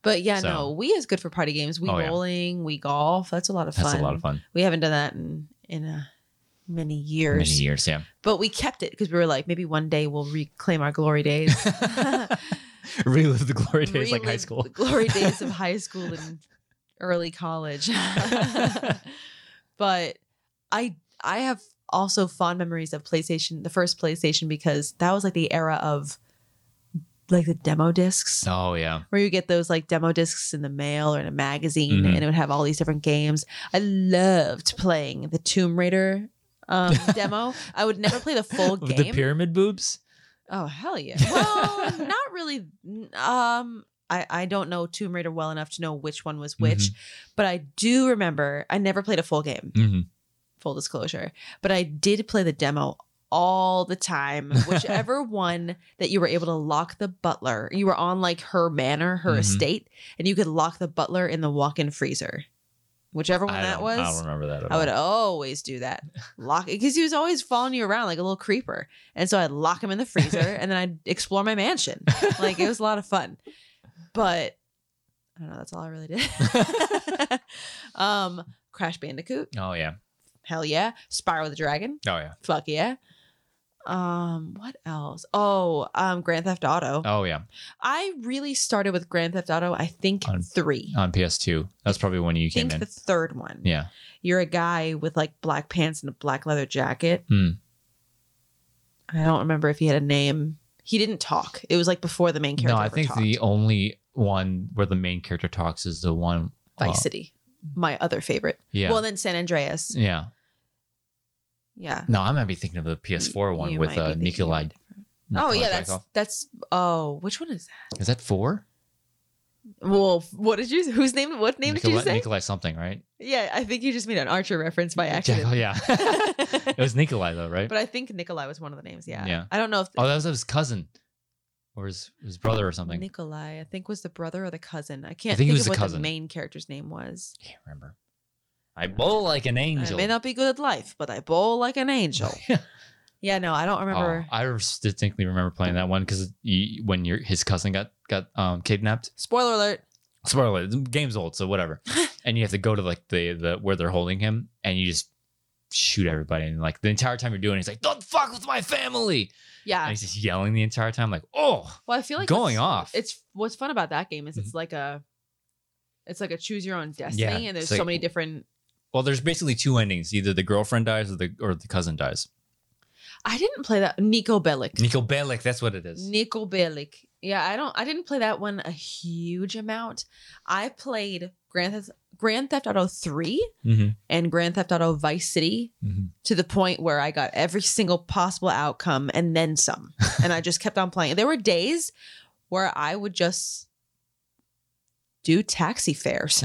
But yeah, So- no, we is good for party games. We Oh, yeah. bowling, we golf. That's a lot of fun. That's a lot of fun. We haven't done that in in uh many years. Many years, yeah. But we kept it because we were like, maybe one day we'll reclaim our glory days. Relive the glory days like high Relive school. the glory days of high school and early college. but I I have also fond memories of PlayStation, the first PlayStation, because that was like the era of like the demo discs. oh yeah. where you get those like demo discs in the mail or in a magazine Mhm. and it would have all these different games. I loved playing the Tomb Raider um, demo. I would never play the full With game. The pyramid boobs. oh hell yeah. Well, not really um I, I don't know Tomb Raider well enough to know which one was which, but I do remember I never played a full game, Mm-hmm. full disclosure, but I did play the demo all the time. Whichever one that you were able to lock the butler, you were on like her manor, her Mhm. estate, and you could lock the butler in the walk in freezer. Whichever one I that don't, was, I don't remember that. At I would all. always do that. Lock it because he was always following you around like a little creeper. And so I'd lock him in the freezer and then I'd explore my mansion. Like it was a lot of fun. But I don't know, that's all I really did. um Crash Bandicoot, Oh yeah. hell yeah. Spyro the Dragon, Oh yeah. fuck yeah. Um, what else? Oh, um, Grand Theft Auto. Oh yeah, I really started with Grand Theft Auto. I think On- three. on PS2. That's probably when you I came think in. the third one. yeah, You're a guy with like black pants and a black leather jacket. Hmm. I don't remember if he had a name. He didn't talk. It was like before the main character. no, I ever think talked. the only one where the main character talks is the one. Vice uh, City, my other favorite. yeah, Oh, Well, then San Andreas. yeah. Yeah. No, I might be thinking of the PS4 one You with might be uh, thinking Nikolai. of a different- Oh Nikolai yeah, that's Tykov. that's. Oh, which one is that? is that four? Well, what did you? Whose name? What name Nikolai, did you say? Nikolai something, right? Yeah, I think you just made an Archer reference by Jackal, accident. yeah. it but was Nikolai though, right? I think Nikolai was one of the names. Yeah. Yeah. I don't know if oh, that was his cousin or his his brother or something. Nikolai, I think, was the brother or the cousin. I can't think he think was of the what the cousin. main character's name was. Can't remember. I bowl like an angel. I may not be good at life, but I bowl like an angel. Yeah. yeah, no, I don't remember. Oh, I res- distinctly remember playing that one because when your his cousin got got um, kidnapped. Spoiler alert. Spoiler: alert, the game's old, so whatever. and you have to go to like the the where they're holding him, and you just shoot everybody. And like the entire time you're doing, it, he's like, "Don't fuck with my family," and Yeah. he's just yelling the entire time, like, "Oh, Well, I feel like going that's- off." Mm-hmm. It's what's fun about that game is it's like a it's like a choose your own destiny it's and there's like- so many different well, there's basically two endings: either the girlfriend dies or the or the cousin dies. I didn't play that Nico Bellic. Nico Bellic, that's what it is. Nico Bellic. Yeah, I don't. I didn't play that one a huge amount. I played Grand Theft, Grand Theft Auto Three Mm-hmm. and Grand Theft Auto Vice City Mm-hmm. to the point where I got every single possible outcome and then some, and I just kept on playing. There were days where I would just do taxi fares,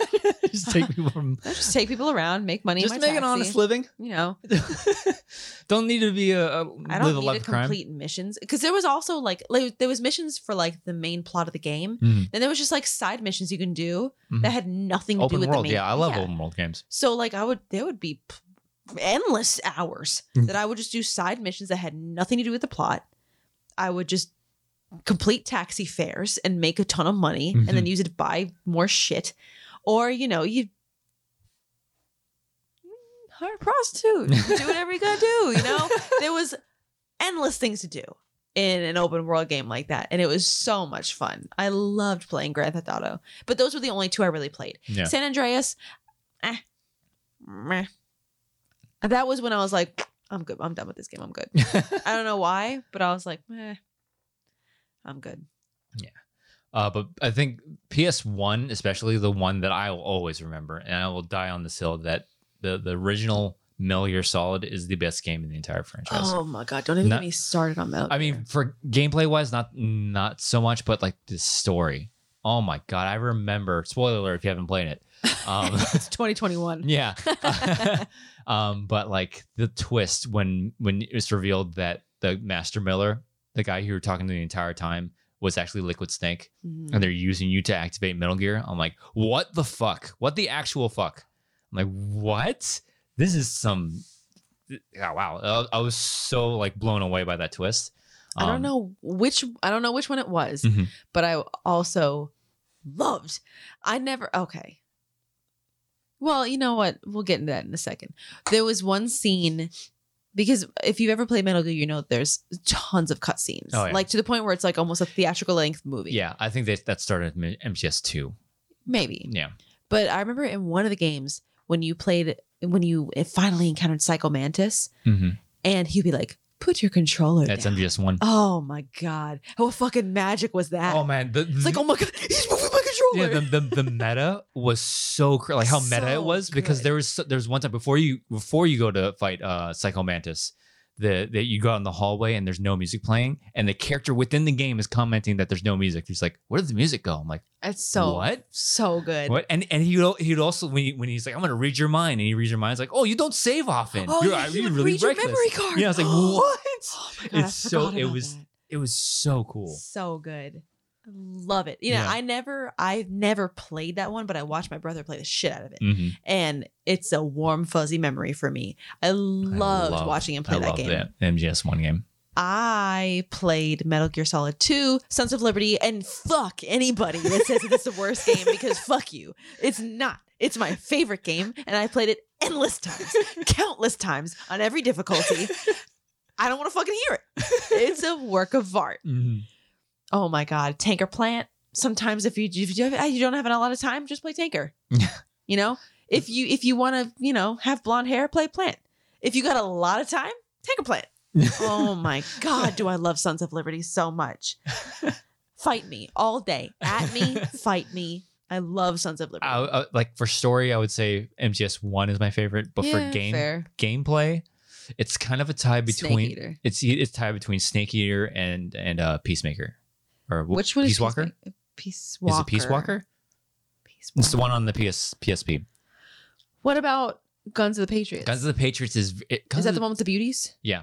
just take people from. just take people around, make money. in Just my make an taxi. honest living. You know, don't need to be a, a I live don't a need to life of crime. complete missions because there was also like, like there was missions for like the main plot of the game. Mhm. Then there was just like side missions you can do Mhm. that had nothing to do Open with world, the main. yeah, I love open world games. So like I would there would be p- endless hours Mm. that I would just do side missions that had nothing to do with the plot. I would just complete taxi fares and make a ton of money and then use it to buy more shit or you know you hire a prostitute do whatever you gotta do you know there was endless things to do in an open world game like that and it was so much fun i loved playing grand theft auto but those were the only two i really played Yeah. san andreas eh, meh. that was when i was like i'm good i'm done with this game i'm good i don't know why but i was like meh, i'm good Uh, but I think PS1, especially the one that I will always remember, and I will die on this hill that the, the original Metal Gear Solid is the best game in the entire franchise. oh my god don't even Not- get me started on that I mean, for gameplay wise, not not so much, but like the story. Oh my god, I remember. Spoiler alert if you haven't played it. Um, it's 2021 yeah, um, but like the twist when when it was revealed that the Master Miller, the guy who you were talking to the entire time, was actually Liquid Snake Mhm. and they're using you to activate Metal Gear. I'm like, what the fuck? What the actual fuck? I'm like, what? This is some. Oh, wow. I- I was so like blown away by that twist. I Um, don't know which I don't know which one it was, Mhm. but I also loved. I never okay. Well, you know what? We'll get into that in a second. There was one scene because if you've ever played Metal Gear, you know there's tons of cutscenes, Oh, yeah. like to the point where it's like almost a theatrical length movie. Yeah, I think that that started at MGS2. maybe. Yeah. But I remember in one of the games when you played when you finally encountered Psycho Mantis, hmm and he'd be like, "Put your controller That's down." MGS1. oh my god! What fucking magic was that? Oh, man. The, It's like, oh my god, he's moving my yeah, controller. the, the, the meta was so cr- like how meta So it was because good. there was so- there was one time before you before you go to fight uh Psycho Mantis the that you go out in the hallway and there's no music playing and the character within the game is commenting that there's no music he's like where did the music go I'm like it's so what so good. what and and he would, he'd also when, he, when he's like I'm gonna read your mind and he reads your mind it's like oh you don't save often Oh, you're, yeah, are he you would really read your reckless memory card. yeah I was like what Oh my God, It's I so- forgot it about was that. it was so cool so good. I Love it. You know, Yeah. I never, I've never played that one, but I watched my brother play the shit out of it, Mhm. and it's a warm fuzzy memory for me. I I loved love- watching him play I that love game. that MGS one game I played Metal Gear Solid 2, Sons of Liberty, and fuck anybody that says it's the worst game because fuck you. It's not. It's my favorite game, and I played it endless times, countless times on every difficulty. I don't want to fucking hear it. It's a work of art. Oh my god, tanker plant. Sometimes if you if you, if you don't have a lot of time, just play tanker. you know, if you if you want to you know have blonde hair, play plant. If you got a lot of time, tanker plant. oh my god, do I love Sons of Liberty so much? fight me all day, at me, fight me. I love Sons of Liberty. I, I- like for story, I would say MGS one is my favorite, but for game fair. gameplay, it's kind of a tie Snake between Eater. it's it's tied between Snake Eater and and uh, Peacemaker, or wh- Which one Peace is Walker? Peacemaker? Peace Walker? Is it Peace Walker? Peace It's the one Walker. on the PS PSP. What about Guns of the Patriots? Guns of the Patriots is it, Guns is that of the one with the beauties? Yeah,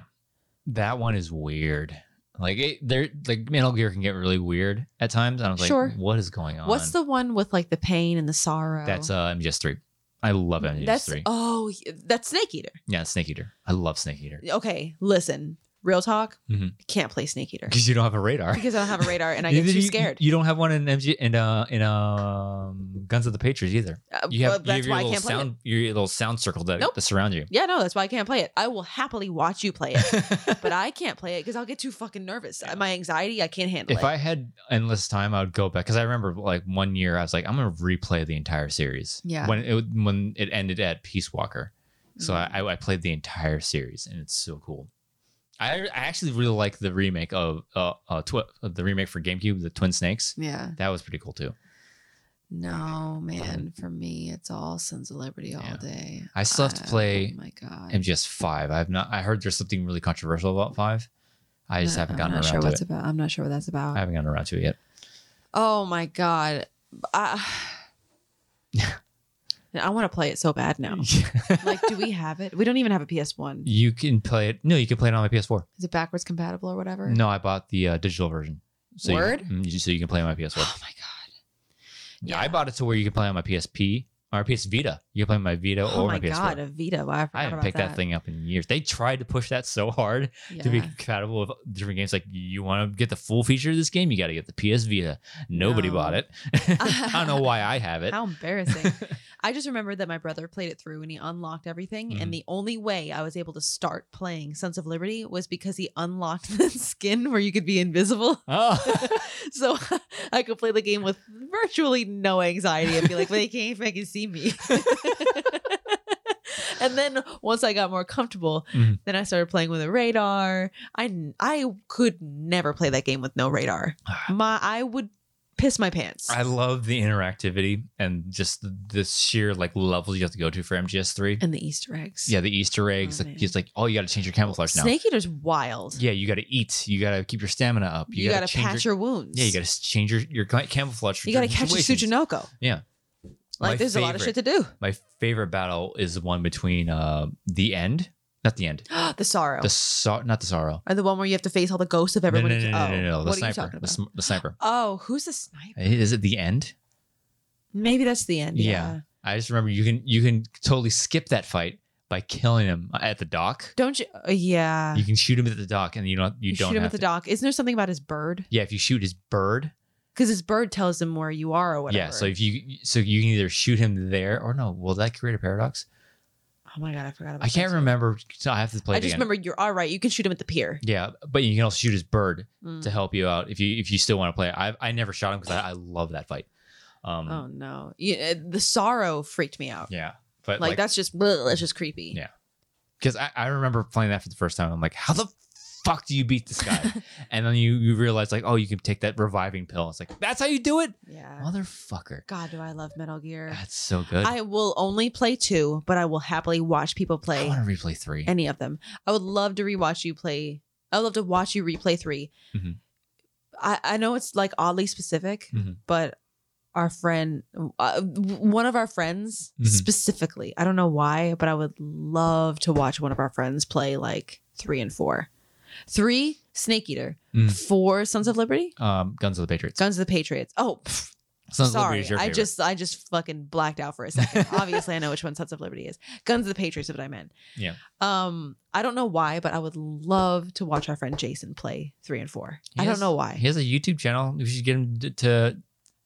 that one is weird. Like it, they're like Metal Gear can get really weird at times. I was like, Sure. what is going on? What's the one with like the pain and the sorrow? That's uh, MGS three. I love MGS that's three. oh that's Snake Eater. yeah, Snake Eater. I love Snake Eater Okay, listen, real talk. Mhm. Can't play Snake Eater because you don't have a radar. because I don't have a radar and I get Neither too you- scared. You, don't have one in MG in uh in um Guns of the Patriots either. Uh, You have, you have but that's your why I little can't play it. sound your little sound circle that, Nope. that surround you. Yeah, no, that's why I can't play it. I will happily watch you play it, but I can't play it because I'll get too fucking nervous. My anxiety, I can't handle if it. I had endless time, I would go back because I remember like one year I was like, I'm gonna replay the entire series. Yeah. When it when it ended at Peace Walker, so Mm-hmm. I I played the entire series and it's so cool. I I actually really like the remake of uh, uh tw- the remake for GameCube, the Twin Snakes. Mm. yeah, That was pretty cool too. no, man. For me, it's all Sons of Liberty all Yeah. day. I still have to Uh, play Oh my god, MGS five. I've not. I heard there's something really controversial about five. I just No, haven't gotten Uh, I'm around not sure to what's it. about. I'm not sure what that's about. I haven't gotten around to it yet. Oh my god. I I want to play it so bad now. like do we have it? We don't even have a PS1. you can play it. No, you can play it on my PS4. Is it backwards compatible or whatever? No, I bought the uh, digital version. So Word? You, mm, you- so you can play on my PS4. Oh my god. yeah. I bought it to where you can play on my PSP or PS Vita. You can play on my Vita Oh or my my, PS4. god, a Vita. Wow, I, forgot I haven't about picked that. thing up in years. They tried to push that so hard Yeah. to be compatible with different games. Like, you want to get the full feature of this game, you got to get the PS Vita. Nobody No. bought it. I don't know why I have it. How embarrassing. I just remembered that my brother played it through and he unlocked everything. Mm. And the only way I was able to start playing Sons of Liberty was because he unlocked the skin where you could be invisible. oh. so I could play the game with virtually no anxiety and be like, well, they can't fucking see me. and then once I got more comfortable, Mhm. then I started playing with a radar. I I could never play that game with no radar. My I would piss my pants. I love the interactivity and just the, the sheer like levels you have to go to for MGS3. and the Easter eggs. yeah, the Easter eggs. Oh, like, man. it's like, oh, you got to change your camouflage now. Snake Eater's wild. Yeah, you got to eat. You got to keep your stamina up. you, gotta, change patch your, wounds. Yeah, you got to change your, your ca- camouflage. For You gotta different catch a situations. Tsuchinoko. Yeah. Like My there's a lot of shit favorite- to do. My favorite battle is the one between uh the end, not the end, the sorrow. the so- not the sorrow. or the one where you have to face all the ghosts of No, no, everybody. no, no, no, oh, no, no, The what are you sniper. talking the, about? sm- the sniper. Uh, Oh, who's the sniper? Is it the end? Maybe that's the end. Yeah. Yeah. I just remember you can you can totally skip that fight by killing him at the dock. Don't you? uh, yeah. You can shoot him at the dock, and you don't you, don't shoot him have at the to. dock. Isn't there something about his bird? Yeah, if you shoot his bird, Because his bird tells him where you are or whatever. yeah. So if you so you can either shoot him there or no. Will that create a paradox? oh my god, I forgot about. I can't that. remember. So I have to play. I it just again. remember you're all right. You can shoot him at the pier. Yeah, but you can also shoot his bird Mm. to help you out if you if you still want to play. I I never shot him because I, I love that fight. Um, Oh no, yeah, the sorrow freaked me out. yeah, but like, like that's just bleh, that's just creepy. Yeah. because I, I remember playing that for the first time. I'm like, how the fuck do you beat this guy? and then you you realize like, oh, you can take that reviving pill. It's like that's how you do it, Yeah. motherfucker. God, do I love Metal Gear? That's so good. I, I will only play two, but I will happily watch people play want to replay three. any of them. I would love to rewatch you play. I would love to watch you replay 3 Mhm. I, I know it's like oddly specific, Mhm. but our friend, uh, one of our friends Mhm. specifically, I don't know why, but I would love to watch one of our friends play like three and four. Three, Snake Eater. Mm. Four, Sons of Liberty. um, Guns of the Patriots. Guns of the Patriots. Oh, pff, Sons of Liberty sorry. is your I favorite. just I just fucking blacked out for a second. Obviously, I know which one Sons of Liberty is. Guns of the Patriots is what I meant. Yeah. Um, I don't know why, but I would love to watch our friend Jason play three and four. He I don't has- know why. He has a YouTube channel. We should get him to, to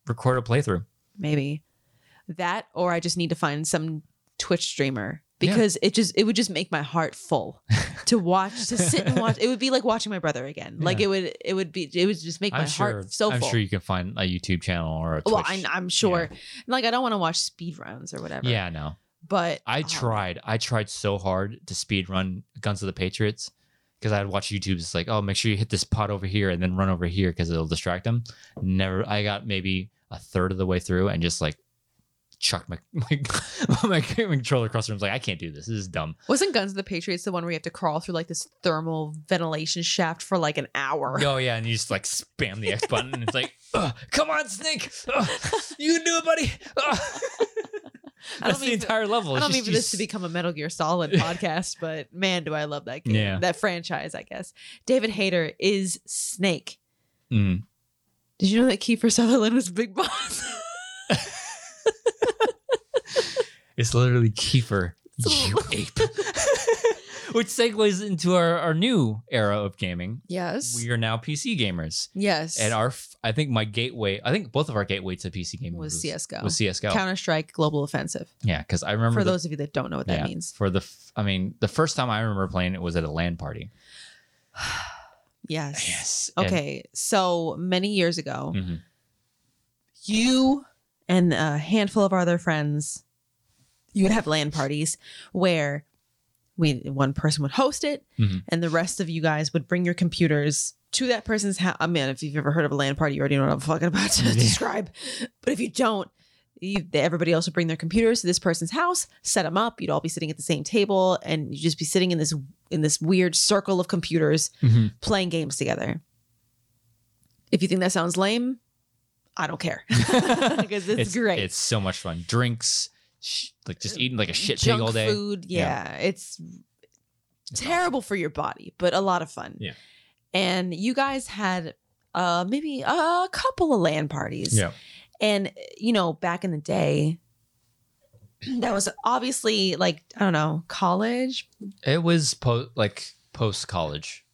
record a playthrough. Maybe that, or I just need to find some Twitch streamer Yeah. because it just it would just make my heart full to watch to sit and watch. It would be like watching my brother again. Like Yeah. it would it would be it would just make my I'm sure. heart so I'm full. sure you can find a YouTube channel or a Twitch. well, I, I'm sure. Like I don't want to watch speed runs or whatever. yeah, no. but I um, tried. I tried so hard to speed run Guns of the Patriots because I'd watch YouTube. It's like, oh, make sure you hit this pot over here and then run over here because it'll distract them. Never. I got maybe a third of the way through and just like chucked my my, my game controller across the room. I was like, I can't do this. This is dumb. Wasn't Guns of the Patriots the one where you have to crawl through like this thermal ventilation shaft for like an hour? Oh yeah, and you just like spam the X button and it's like, "Ugh, come on, Snake, Ugh, you can do it, buddy. Ugh." I don't That's mean the for- entire level. I It's don't mean just for you this to become a Metal Gear Solid podcast, but man, do I love that game, Yeah. that franchise. I guess David Hayter is Snake. Mm. Did you know that Kiefer Sutherland was Big Boss? It's literally Kiefer. It's a You little- ape. Which segues into our, our new era of gaming. yes. We are now PC gamers. Yes. And our, f- I think my gateway, I think both of our gateway to PC gaming was CS:GO. Was CSGO. Counter Strike Global Offensive. yeah, because I remember For the- those of you that don't know what that yeah, means. For the, f- I mean, the first time I remember playing it was at a LAN party. Ah, Yes. And- Okay. so many years ago, Mhm. you and a handful of our other friends, you would have LAN parties where we one person would host it, Mhm. and the rest of you guys would bring your computers to that person's house. I mean, if you've ever heard of a LAN party, you already know what I'm fucking about to Yeah. describe. But if you don't, you, everybody else would bring their computers to this person's house, set them up. You'd all be sitting at the same table, and you'd just be sitting in this in this weird circle of computers Mhm. playing games together. If you think that sounds lame, I don't care because it's, it's great. It's so much fun. Drinks, sh- like just eating like a shit pig Junk all day. food, yeah, it's terrible for your body, but a lot of fun. Yeah. and you guys had uh, maybe a couple of land parties. and you know, back in the day, that was obviously like I don't know, college, It was po- like post college,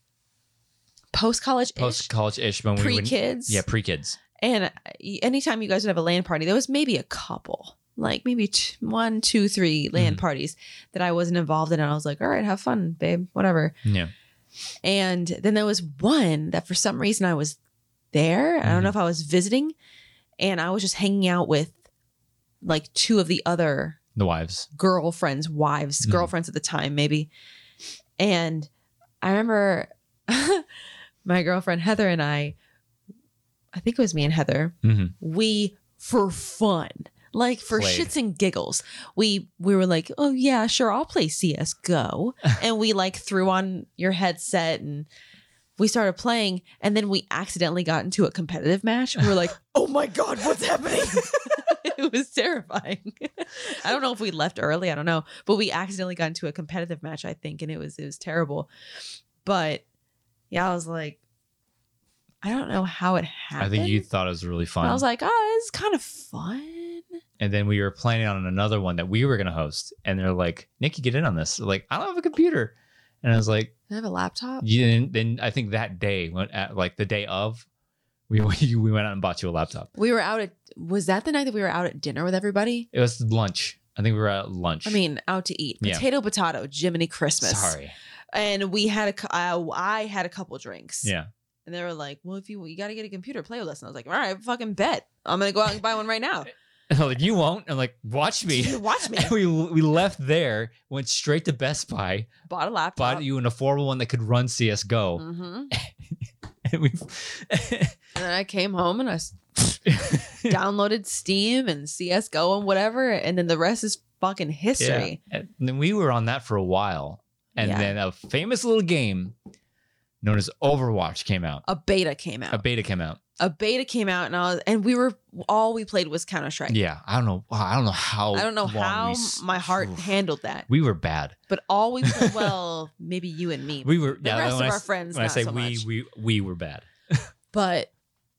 post college, post college ish when we pre would. kids, Yeah, pre kids. And uh, anytime you guys would have a land party, there was maybe a couple, like maybe t- one, two, three land Mhm. parties that I wasn't involved in. And I was like, all right, have fun, babe, whatever. Yeah. And then there was one that for some reason I was there. I don't know if I was visiting and I was just hanging out with like two of the other The wives. girlfriends, wives, Mhm. girlfriends at the time, maybe. And I remember my girlfriend Heather and I, I think it was me and Heather, Mhm. we for fun. Like for Played. shits and giggles, we we were like, oh yeah, sure, I'll play CS:GO, and we like threw on your headset and we started playing, and then we accidentally got into a competitive match. We were like, oh my god, what's happening? it was terrifying. I don't know if we left early. I don't know, but we accidentally got into a competitive match, I think, and it was it was terrible. But yeah, I was like, I don't know how it happened. I think you thought it was really fun. But I was like, oh, this is kind of fun. and then we were planning on another one that we were going to host. And they're like, Nikki, get in on this. They're like, I don't have a computer. And I was like, I have a laptop. yeah, and then I think that day, when, at, like the day of, we, we we went out and bought you a laptop. We were out at was that the night that we were out at dinner with everybody? It was lunch. I think we were at lunch. I mean, out to eat. Yeah. Potato potato, Jiminy Christmas. sorry. And we had a cou- uh, I had a couple drinks. Yeah. And they were like, "Well, if you you got to get a computer, play with us." And I was like, "All right, fucking bet. I'm going to go out and buy one right now." And I'm like, you won't. And I'm like, watch me. Watch me. And we we left there, went straight to Best Buy, Bought a laptop. bought you an affordable one that could run CS:GO, hmm And and we then I came home and I s- downloaded Steam and CS:GO and whatever, and then the rest is fucking history. And then we were on that for a while, and Yeah. then a famous little game known as Overwatch came out. A beta came A out. beta came out. A beta came out, and I was, and we were all we played was Counter Strike. Yeah, I don't know. wow, I don't know how. I don't know long how we s- my heart oof. handled that, We were bad. but all we played, well, maybe you and me. We were. the yeah, rest of when I, our s- friends, When I not say so we, much. we, we were bad. But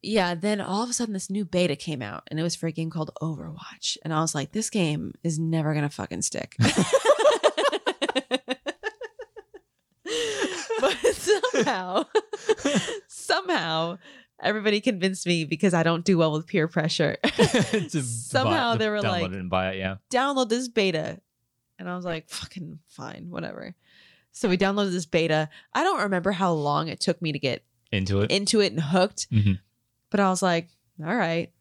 yeah, then all of a sudden this new beta came out and it was for a game called Overwatch. And I was like, this game is never gonna fucking stick. but somehow, somehow everybody convinced me because I don't do well with peer pressure. To Somehow buy- to they were download like- it and buy it. Yeah, Download this beta. And I was like, fucking fine, whatever. So we downloaded this beta. I don't remember how long it took me to get into it. into it and hooked. Mhm. But I was like, all right.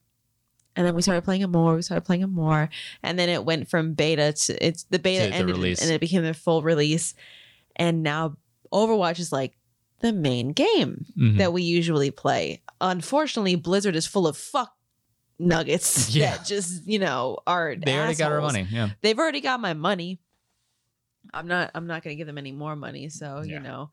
And then we started playing it more. We started playing it more, and then it went from beta to it's the beta the ended release. and it became the full release. And now Overwatch is like the main game Mhm. that we usually play. Unfortunately, Blizzard is full of fuck nuggets Yeah. that just you know are they already got our assholes. money. Yeah. They've already got my money. I'm not. I'm not going to give them any more money. So Yeah. you know,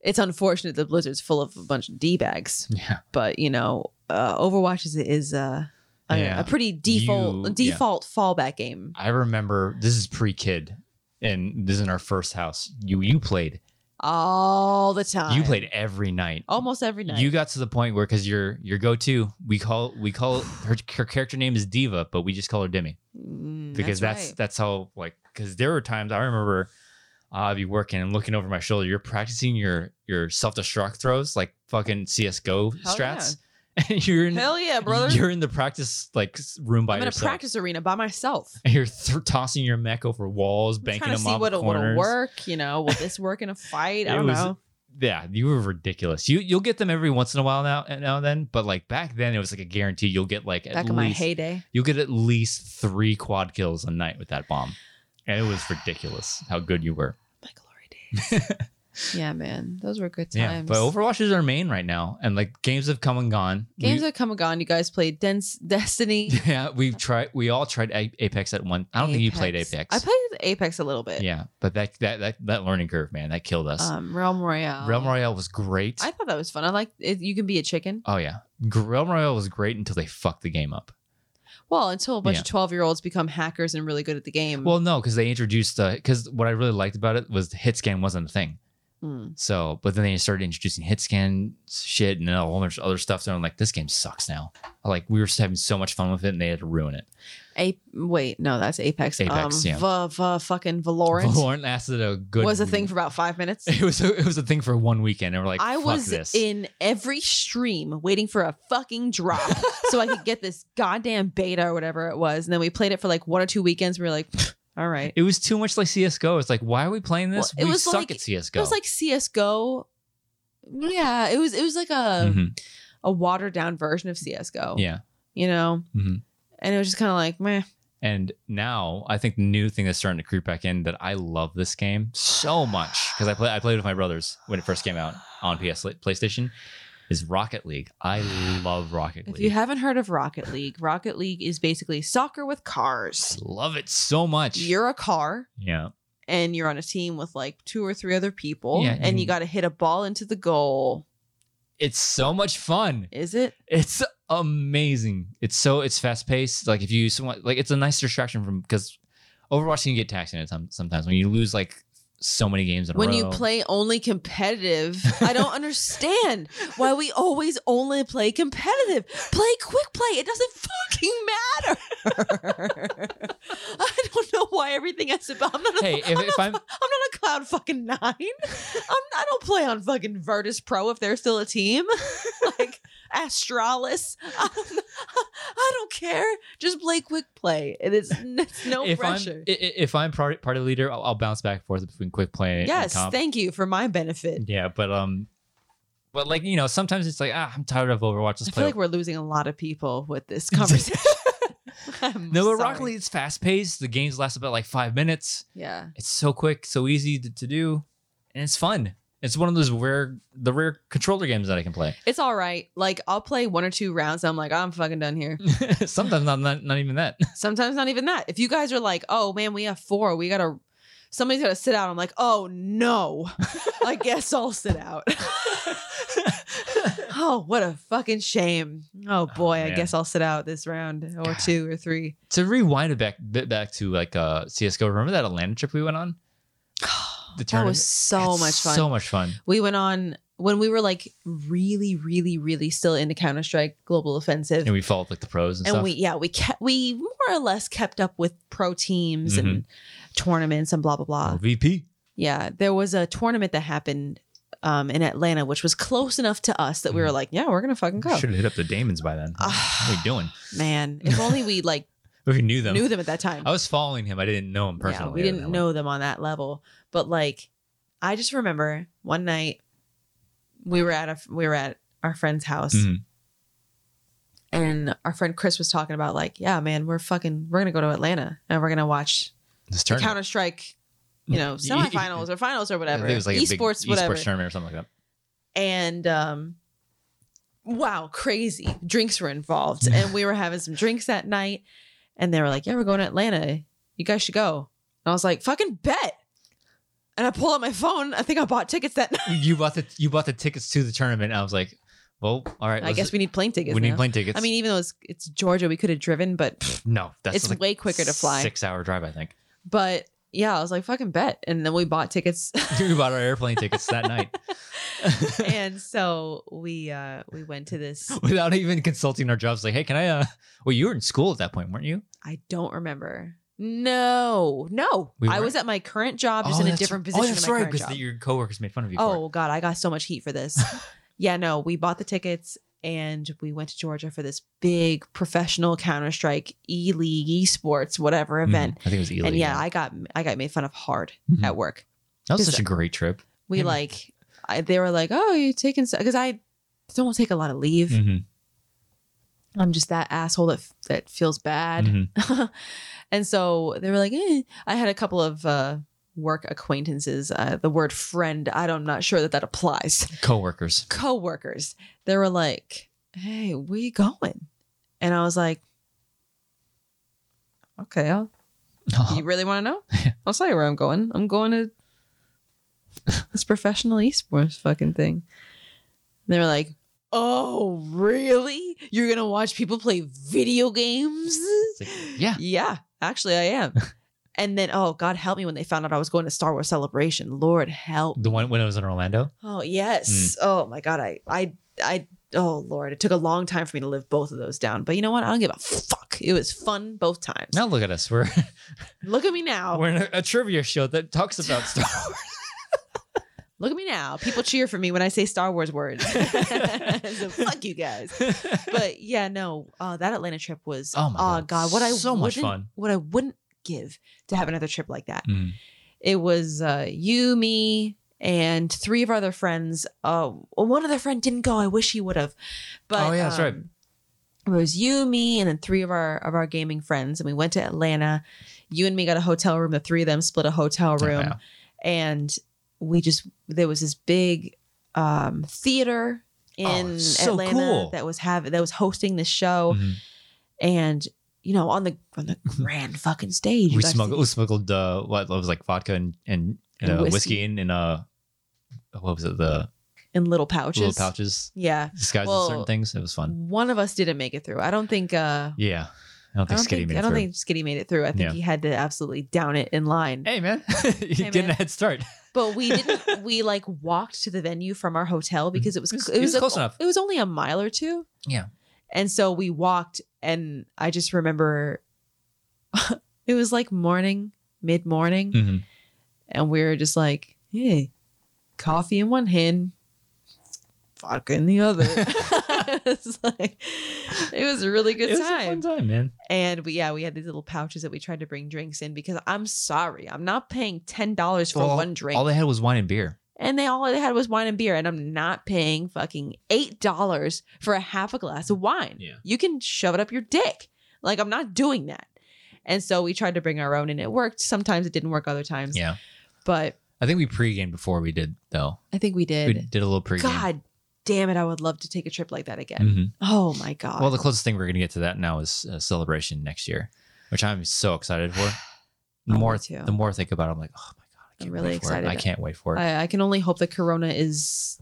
it's unfortunate that Blizzard's full of a bunch of d bags Yeah. but you know, uh, Overwatch is is uh, a, Yeah. a pretty default You- default fallback game. I remember this is pre kid and this is in our first house. You you played. all the time. You played every night. almost Oh, every night. You got to the point where because your your go to we call we call her, her character name is Diva, but we just call her Demi Mm, because that's that's, right. how like because there were times I remember I'd be working and looking over my shoulder. You're practicing your your self destruct throws like fucking CS:GO Hell strats, and you're in hell yeah, brother. you're in the practice like s- room by I'm in a yourself. practice arena by myself. And you're th- tossing your mech over walls, I'm banking trying to them see off what corners. will work. You know, will this work in a fight? I It don't was- know. Yeah, you were ridiculous. You you'll get them every once in a while now now and then, but like back then it was like a guarantee you'll get like at Back least in my heyday, you'll get at least three quad kills a night with that bomb, and it was ridiculous how good you were. my glory days. yeah, man, those were good Yeah, times. but Overwatch is our main right now, and like games have come and gone. Games we, that come and gone. You guys played Dense Destiny. yeah, we've tried. We all tried A- Apex at one. I don't think you played Apex. I played Apex a little bit. yeah, but that, that that that learning curve, man, that killed us. Um, Realm Royale. Realm Royale was great. I thought that was fun. I like it, you can be a chicken. oh yeah, G- Realm Royale was great until they fucked the game up. Well, until a bunch Yeah. of 12 year olds become hackers and really good at the game. Well, no, because they introduced the because what I really liked about it was the hit scan wasn't a thing. Hmm. So, but then they started introducing hit scan shit and then a whole bunch of other stuff. So I'm like, this game sucks now. Like we were just having so much fun with it, and they had to ruin it. A- wait, no, that's Apex. Apex, yeah. va- va- fucking Valorant, Valorant lasted a good was a thing for about five minutes. It was a, it was a thing for one weekend, and we're like, I fuck was this. in every stream waiting for a fucking drop so I could get this goddamn beta or whatever it was. And then we played it for like one or two weekends. We were like, all right. it was too much like CS:GO. It's like, why are we playing this? Well, it we was suck like- at CS:GO. It was like CS:GO. Yeah, it was it was like a Mhm. a watered down version of CS:GO. yeah. you know, Mhm. and it was just kind of like meh. And now I think the new thing that's starting to creep back in that I love this game so much because I play I played with my brothers when it first came out on PS PlayStation is Rocket League. I love Rocket If League. you haven't heard of Rocket League, Rocket League is basically soccer with cars. love it so much. You're a car yeah. and you're on a team with like two or three other people Yeah, and you- you got to hit a ball into the goal. It's so much fun. Is it? It's amazing. It's so it's fast paced. Like if you somewhat like it's a nice distraction from because Overwatch can get taxing at times sometimes when you lose like so many games in a When row. you play only competitive, I don't understand why we always only play competitive. Play quick play. It doesn't fucking matter. I don't know why everything has to. I'm not a Hey, if, if I'm I'm not a cloud fucking nine. I'm, I don't play on fucking Virtus Pro if they're still a team. like Astralis. I don't, I don't care. Just play quick play. It is it's no if I'm pressure. i- i- if I'm party, party leader, I'll, I'll bounce back and forth between quick play and yes, comp. thank you for my benefit. yeah, but um, but like you know, sometimes it's like ah, I'm tired of Overwatch. Let's I play. feel like we're losing a lot of people with this conversation. I'm no, but sorry. Rocket League is fast paced. The games last about like five minutes. Yeah. It's so quick, so easy to, to do, and it's fun. It's one of those rare the rare controller games that I can play. It's all right. Like I'll play one or two rounds. And I'm like, I'm fucking done here. sometimes not, not not even that. Sometimes not even that. If you guys are like, oh man, we have four, we gotta somebody's gotta sit out. I'm like, oh no, I guess I'll sit out. oh, what a fucking shame. Oh boy, I man. guess I'll sit out this round or God. two or three. to rewind it back bit back to like uh CS:GO. Remember that Atlanta trip we went on? The That tournament. was so It's much fun. So much fun. we went on when we were like really, really, really still into Counter Strike Global Offensive. And we followed like the pros and, and stuff. we yeah we kept we more or less kept up with pro teams and Mm-hmm. tournaments and blah blah blah VP. Yeah, there was a tournament that happened um, in Atlanta, which was close enough to us that we Mm-hmm. were like, yeah, we're gonna fucking go. Should have hit up the Damons by then. Ah, what are you doing? man, if only we like if you knew them. knew them at that time. I was following him. I didn't know him personally. Yeah, we at that level. didn't know them on that level, but like, I just remember one night we were at a we were at our friend's house, Mhm. and our friend Chris was talking about like, yeah, man, we're fucking we're gonna go to Atlanta and we're gonna watch This the tournament. Counter Strike, you know, semifinals or finals or I whatever, think It was like a big esports, whatever, esports tournament or something like and um. Wow, crazy. Drinks were involved. Yeah. And we were having some drinks that night. And they were like, Yeah, we're going to Atlanta. You guys should go. And I was like, Fucking bet. And I pull out my phone. I think I bought tickets that night. that. you bought the you bought the tickets to the tournament. And I was like, well, all right. I let's- guess we need plane tickets. we need now. plane tickets. I mean, even though it's, it's Georgia, we could have driven, but no, that's it's like way quicker to fly. Six hour drive, I think. but yeah, I was like, fucking bet. And then we bought tickets. we bought our airplane tickets that night and so we uh we went to this. without even consulting our jobs. Like, hey, can I? uh Well, you were in school at that point, weren't you? I don't remember. No, no. We I weren't- was at my current job, just in a that's- different position. Oh, that's in my right, current because job. the- your coworkers made fun of you. Oh God, I got so much heat for this. yeah, no, we bought the tickets and we went to Georgia for this big professional Counter Strike E League esports whatever for it. event. Mhm. I think it was illegal. And yeah, I got I got made fun of hard Mhm. at work. that was is such a great trip. We Yeah. like I, they were like, "Oh, you're taking because I don't take a lot of leave. Mhm. I'm just that asshole that that feels bad." Mhm. and so they were like, eh. I had a couple of uh, work acquaintances. Uh, the word friend, I don't, I'm not sure that that applies. Coworkers. Coworkers, they were like, hey, where you going? And I was like, okay, I'll, Oh. you really want to know? I'll tell you where I'm going. I'm going to this professional esports fucking thing. And they were like, oh, really? You're going to watch people play video games? It's like, yeah. Yeah, actually, I am. and then, oh, God help me when they found out I was going to Star Wars Celebration. Lord help. The one when I was in Orlando. Oh, Mm. yes. Oh, my God. I, I, I, oh, Lord. It took a long time for me to live both of those down. But you know what? I don't give a fuck. It was fun both times. Now look at us. We're Look at me now. we're in a, a trivia show that talks about Star Wars. Look at me now. People cheer for me when I say Star Wars words. so fuck you guys. But yeah, no, uh, that Atlanta trip was Oh my aw, God, what I so much wouldn't- fun. What I wouldn't give to have another trip like that. Mm. it was uh, you, me, and three of our other friends. Uh, well, one other friend didn't go. I wish he would have. But Oh, yeah, that's right. um, It was you, me, and then three of our of our gaming friends, and we went to Atlanta. You and me got a hotel room. The three of them split a hotel Oh, room, yeah. and we just there was this big um, theater in Oh, so Atlanta cool. that was having that was hosting this show, Mhm. and you know on the on the grand fucking stage, you We got to see- smuggled we smuggled uh, what what was like vodka and and, And uh, whiskey. whiskey. and in uh what was it the in little pouches. little pouches Yeah. disguised Well, as certain things. It was fun. One of us didn't make it through. I don't think. Uh, Yeah, I don't I think don't Skitty think. made it I don't through. think Skitty made it through. I think Yeah. Eh. he had to absolutely down it in line. Hey man, you man. getting a head start. But we didn't. we like walked to the venue from our hotel because it was Mm-hmm. It was- it it was was close a, enough. It was only a mile or two. Yeah. And so we walked, and I just remember it was like morning, mid morning, Mhm. and we were just like, hey, coffee in one hand, vodka in the other. it's like it was a really good It was time. a fun time, man. And we, yeah, we had these little pouches that we tried to bring drinks in because I'm sorry, I'm not paying ten dollars for Well, one drink. All they had was wine and beer. and they all they had was wine and beer, and I'm not paying fucking eight dollars for a half a glass of wine. Yeah. You can shove it up your dick. Like I'm not doing that. And so we tried to bring our own, and it worked. Sometimes it didn't work, other times. Yeah, But I think we pre-gamed before we did though. I think we we did. did a little pregame. God damn it! I would love to take a trip like that again. Mhm. Oh my god. Well, the closest thing we're going to get to that now is uh, celebration next year, which I'm so excited for. The Oh, me more too. the more I think about it, I'm like, oh my god, I I'm can't really wait for it. excited. I can't wait for it. I, I can only hope that Corona is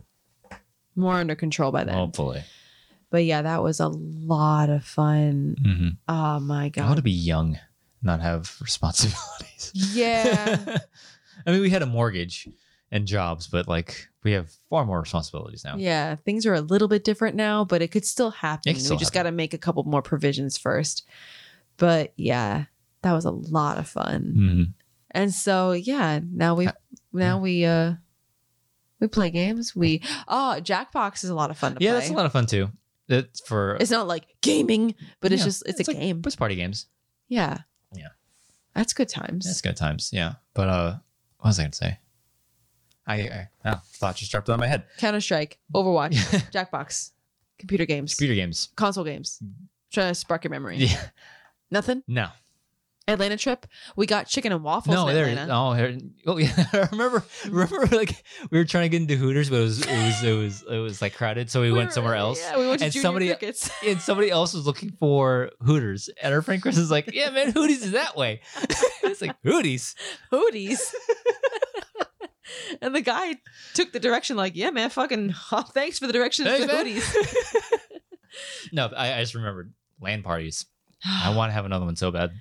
more under control by then. Hopefully, But yeah, that was a lot of fun. hmm Oh my I want god. to be young, not have responsibilities. yeah. I mean, we had a mortgage and jobs, but like we have far more responsibilities now. Yeah, things are a little bit different now, but it could still happen. It can still we just got happen. to make a couple more provisions first. But yeah, that was a lot of fun. Mhm. And so yeah, now we Uh, now we uh we play games. We oh, Jackbox is a lot of fun to Yeah, play. that's a lot of fun too. That's for It's not like gaming, but it's Yeah, just it's, a like game. It's party games. Yeah. Yeah. That's good times. That's good times. Yeah. But uh, what was I gonna say? I, I oh, thought just dropped it on my head. Counter Strike, Overwatch, Jackbox, computer games, Computer games. console games. Trying to spark your memory. Mm-hmm. Yeah. Nothing. No. Atlanta trip. We got chicken and waffles. No, in there. Atlanta. Oh, here, oh, yeah. I remember, remember, like we were trying to get into Hooters, but it was, it was, it was, it was like crowded, so we, went were- somewhere else. Yeah, we went to And Junior somebody- Crickets. And somebody else was looking for Hooters, and our friend Chris is like, "Yeah, man, Hooters is that way." it's like Hooters. Hoodies. and the guy took the direction like, yeah, man, fucking thanks for the directions Thanks, to man." hoodies. No, I, I just remembered land parties. I want to have another one so bad.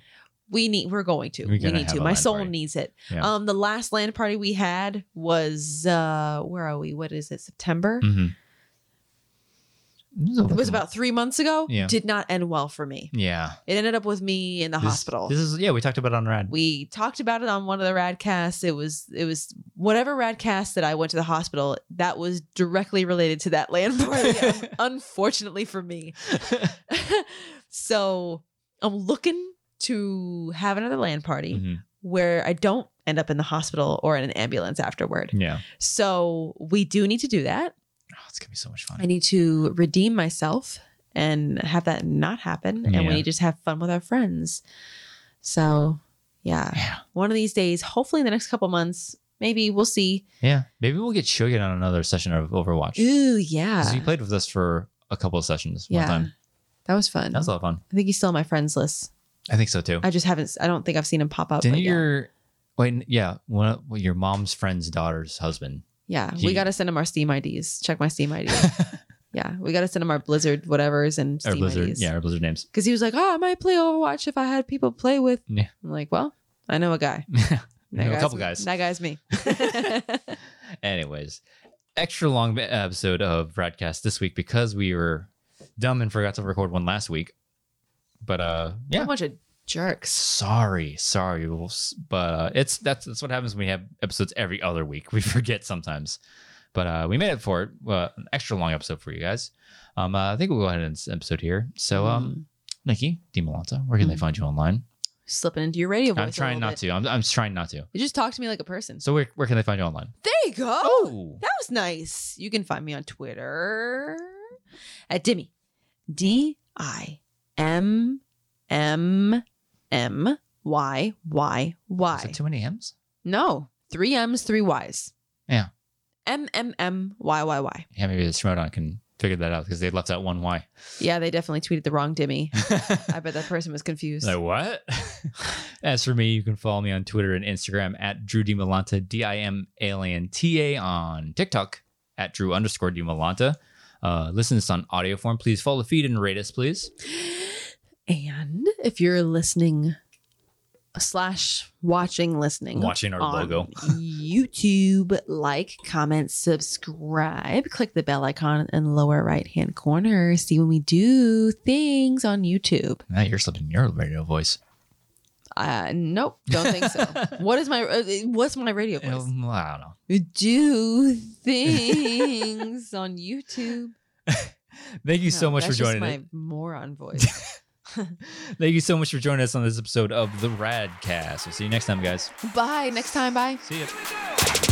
we need we're going to. We're We gonna need have to. a My land soul party. needs it. Yeah. Um the last land party we had was uh where are we? What is it? September? Mm-hmm. It was about three months ago. Yeah. Did not end well for me. yeah. It ended up with me in the This- hospital. This is yeah. We talked about it on Rad. we talked about it on one of the radcasts. It was it was whatever radcast that I went to the hospital that was directly related to that land party. unfortunately for me. so I'm looking to have another land party Mhm. where I don't end up in the hospital or in an ambulance afterward. Yeah. So we do need to do that. Oh, it's gonna be so much I fun. need to redeem myself and have that not happen. And Yeah. we need to just have fun with our friends. So yeah. Yeah. One of these days, hopefully in the next couple months, maybe we'll see. Yeah. Maybe we'll get Shogun on another session of Overwatch. Ooh, 'Cause you yeah. played with us for a couple of sessions Yeah. one time. That was fun. That was a lot of fun. I think he's still on my friends list. I think so too. I just haven't. I don't think I've seen him pop up. Didn't but yeah. your wait? n- Yeah, one of, well, your mom's friend's daughter's husband. Yeah, He- we got to send him our Steam IDs. Check my Steam ID. yeah, we got to send him our Blizzard whatever's and Or Steam Blizzard, IDs. yeah, or Blizzard names. Because he was like, oh, I might play Overwatch if I had people play with. Yeah. I'm like, well, I know a guy. That know a guy's couple me. guys. That guy's me. Anyways, extra long e- episode of broadcast this week because we were dumb and forgot to record one last week. But uh, A yeah, bunch of jerks. sorry, sorry, we'll s- but uh, it's that's that's what happens when we have episodes every other week. We forget sometimes, but uh, we made it for it. Uh, an extra long episode for you guys. Um, uh, I think we'll go ahead and end this episode here. So um. Mm. Nikki DiMolanta, where can they Mhm. find you online? slipping into your radio voice. I'm trying not to. I'm, I'm just trying not to. You just talk to me like a person. So where, where can they find you online? there you go. Oh, That was nice. You can find me on Twitter at Dimmy. D I M M M Y Y is Y. it too many M's? No, three M's, three Y's. Yeah. M M M Y Y Y. Yeah, maybe the Schmodown can figure that out because they left out one Y. Yeah, they definitely tweeted the wrong Dimmy. like I bet that person was confused. what? As for me, you can follow me on Twitter and Instagram at Drew DiMolanta, D I M A L A N T A on TikTok at Drew underscore DiMolanta. Uh, listen to this on audio form. Please follow the feed and rate us, please. And if you're listening slash watching listening, Watching our on logo. YouTube, like, comment, subscribe, click the bell icon in the lower right hand corner. See when we do things on YouTube. Now you're slipping your radio voice. Uh, nope, don't think so. what is my uh, what's my radio voice? Um, I don't know. Do things on YouTube. Thank you so No, much for that's just joining my us. moron voice. Thank you so much for joining us on this episode of the Radcast. We'll see you next time, guys. bye. Next time. Bye. See you. Here we go.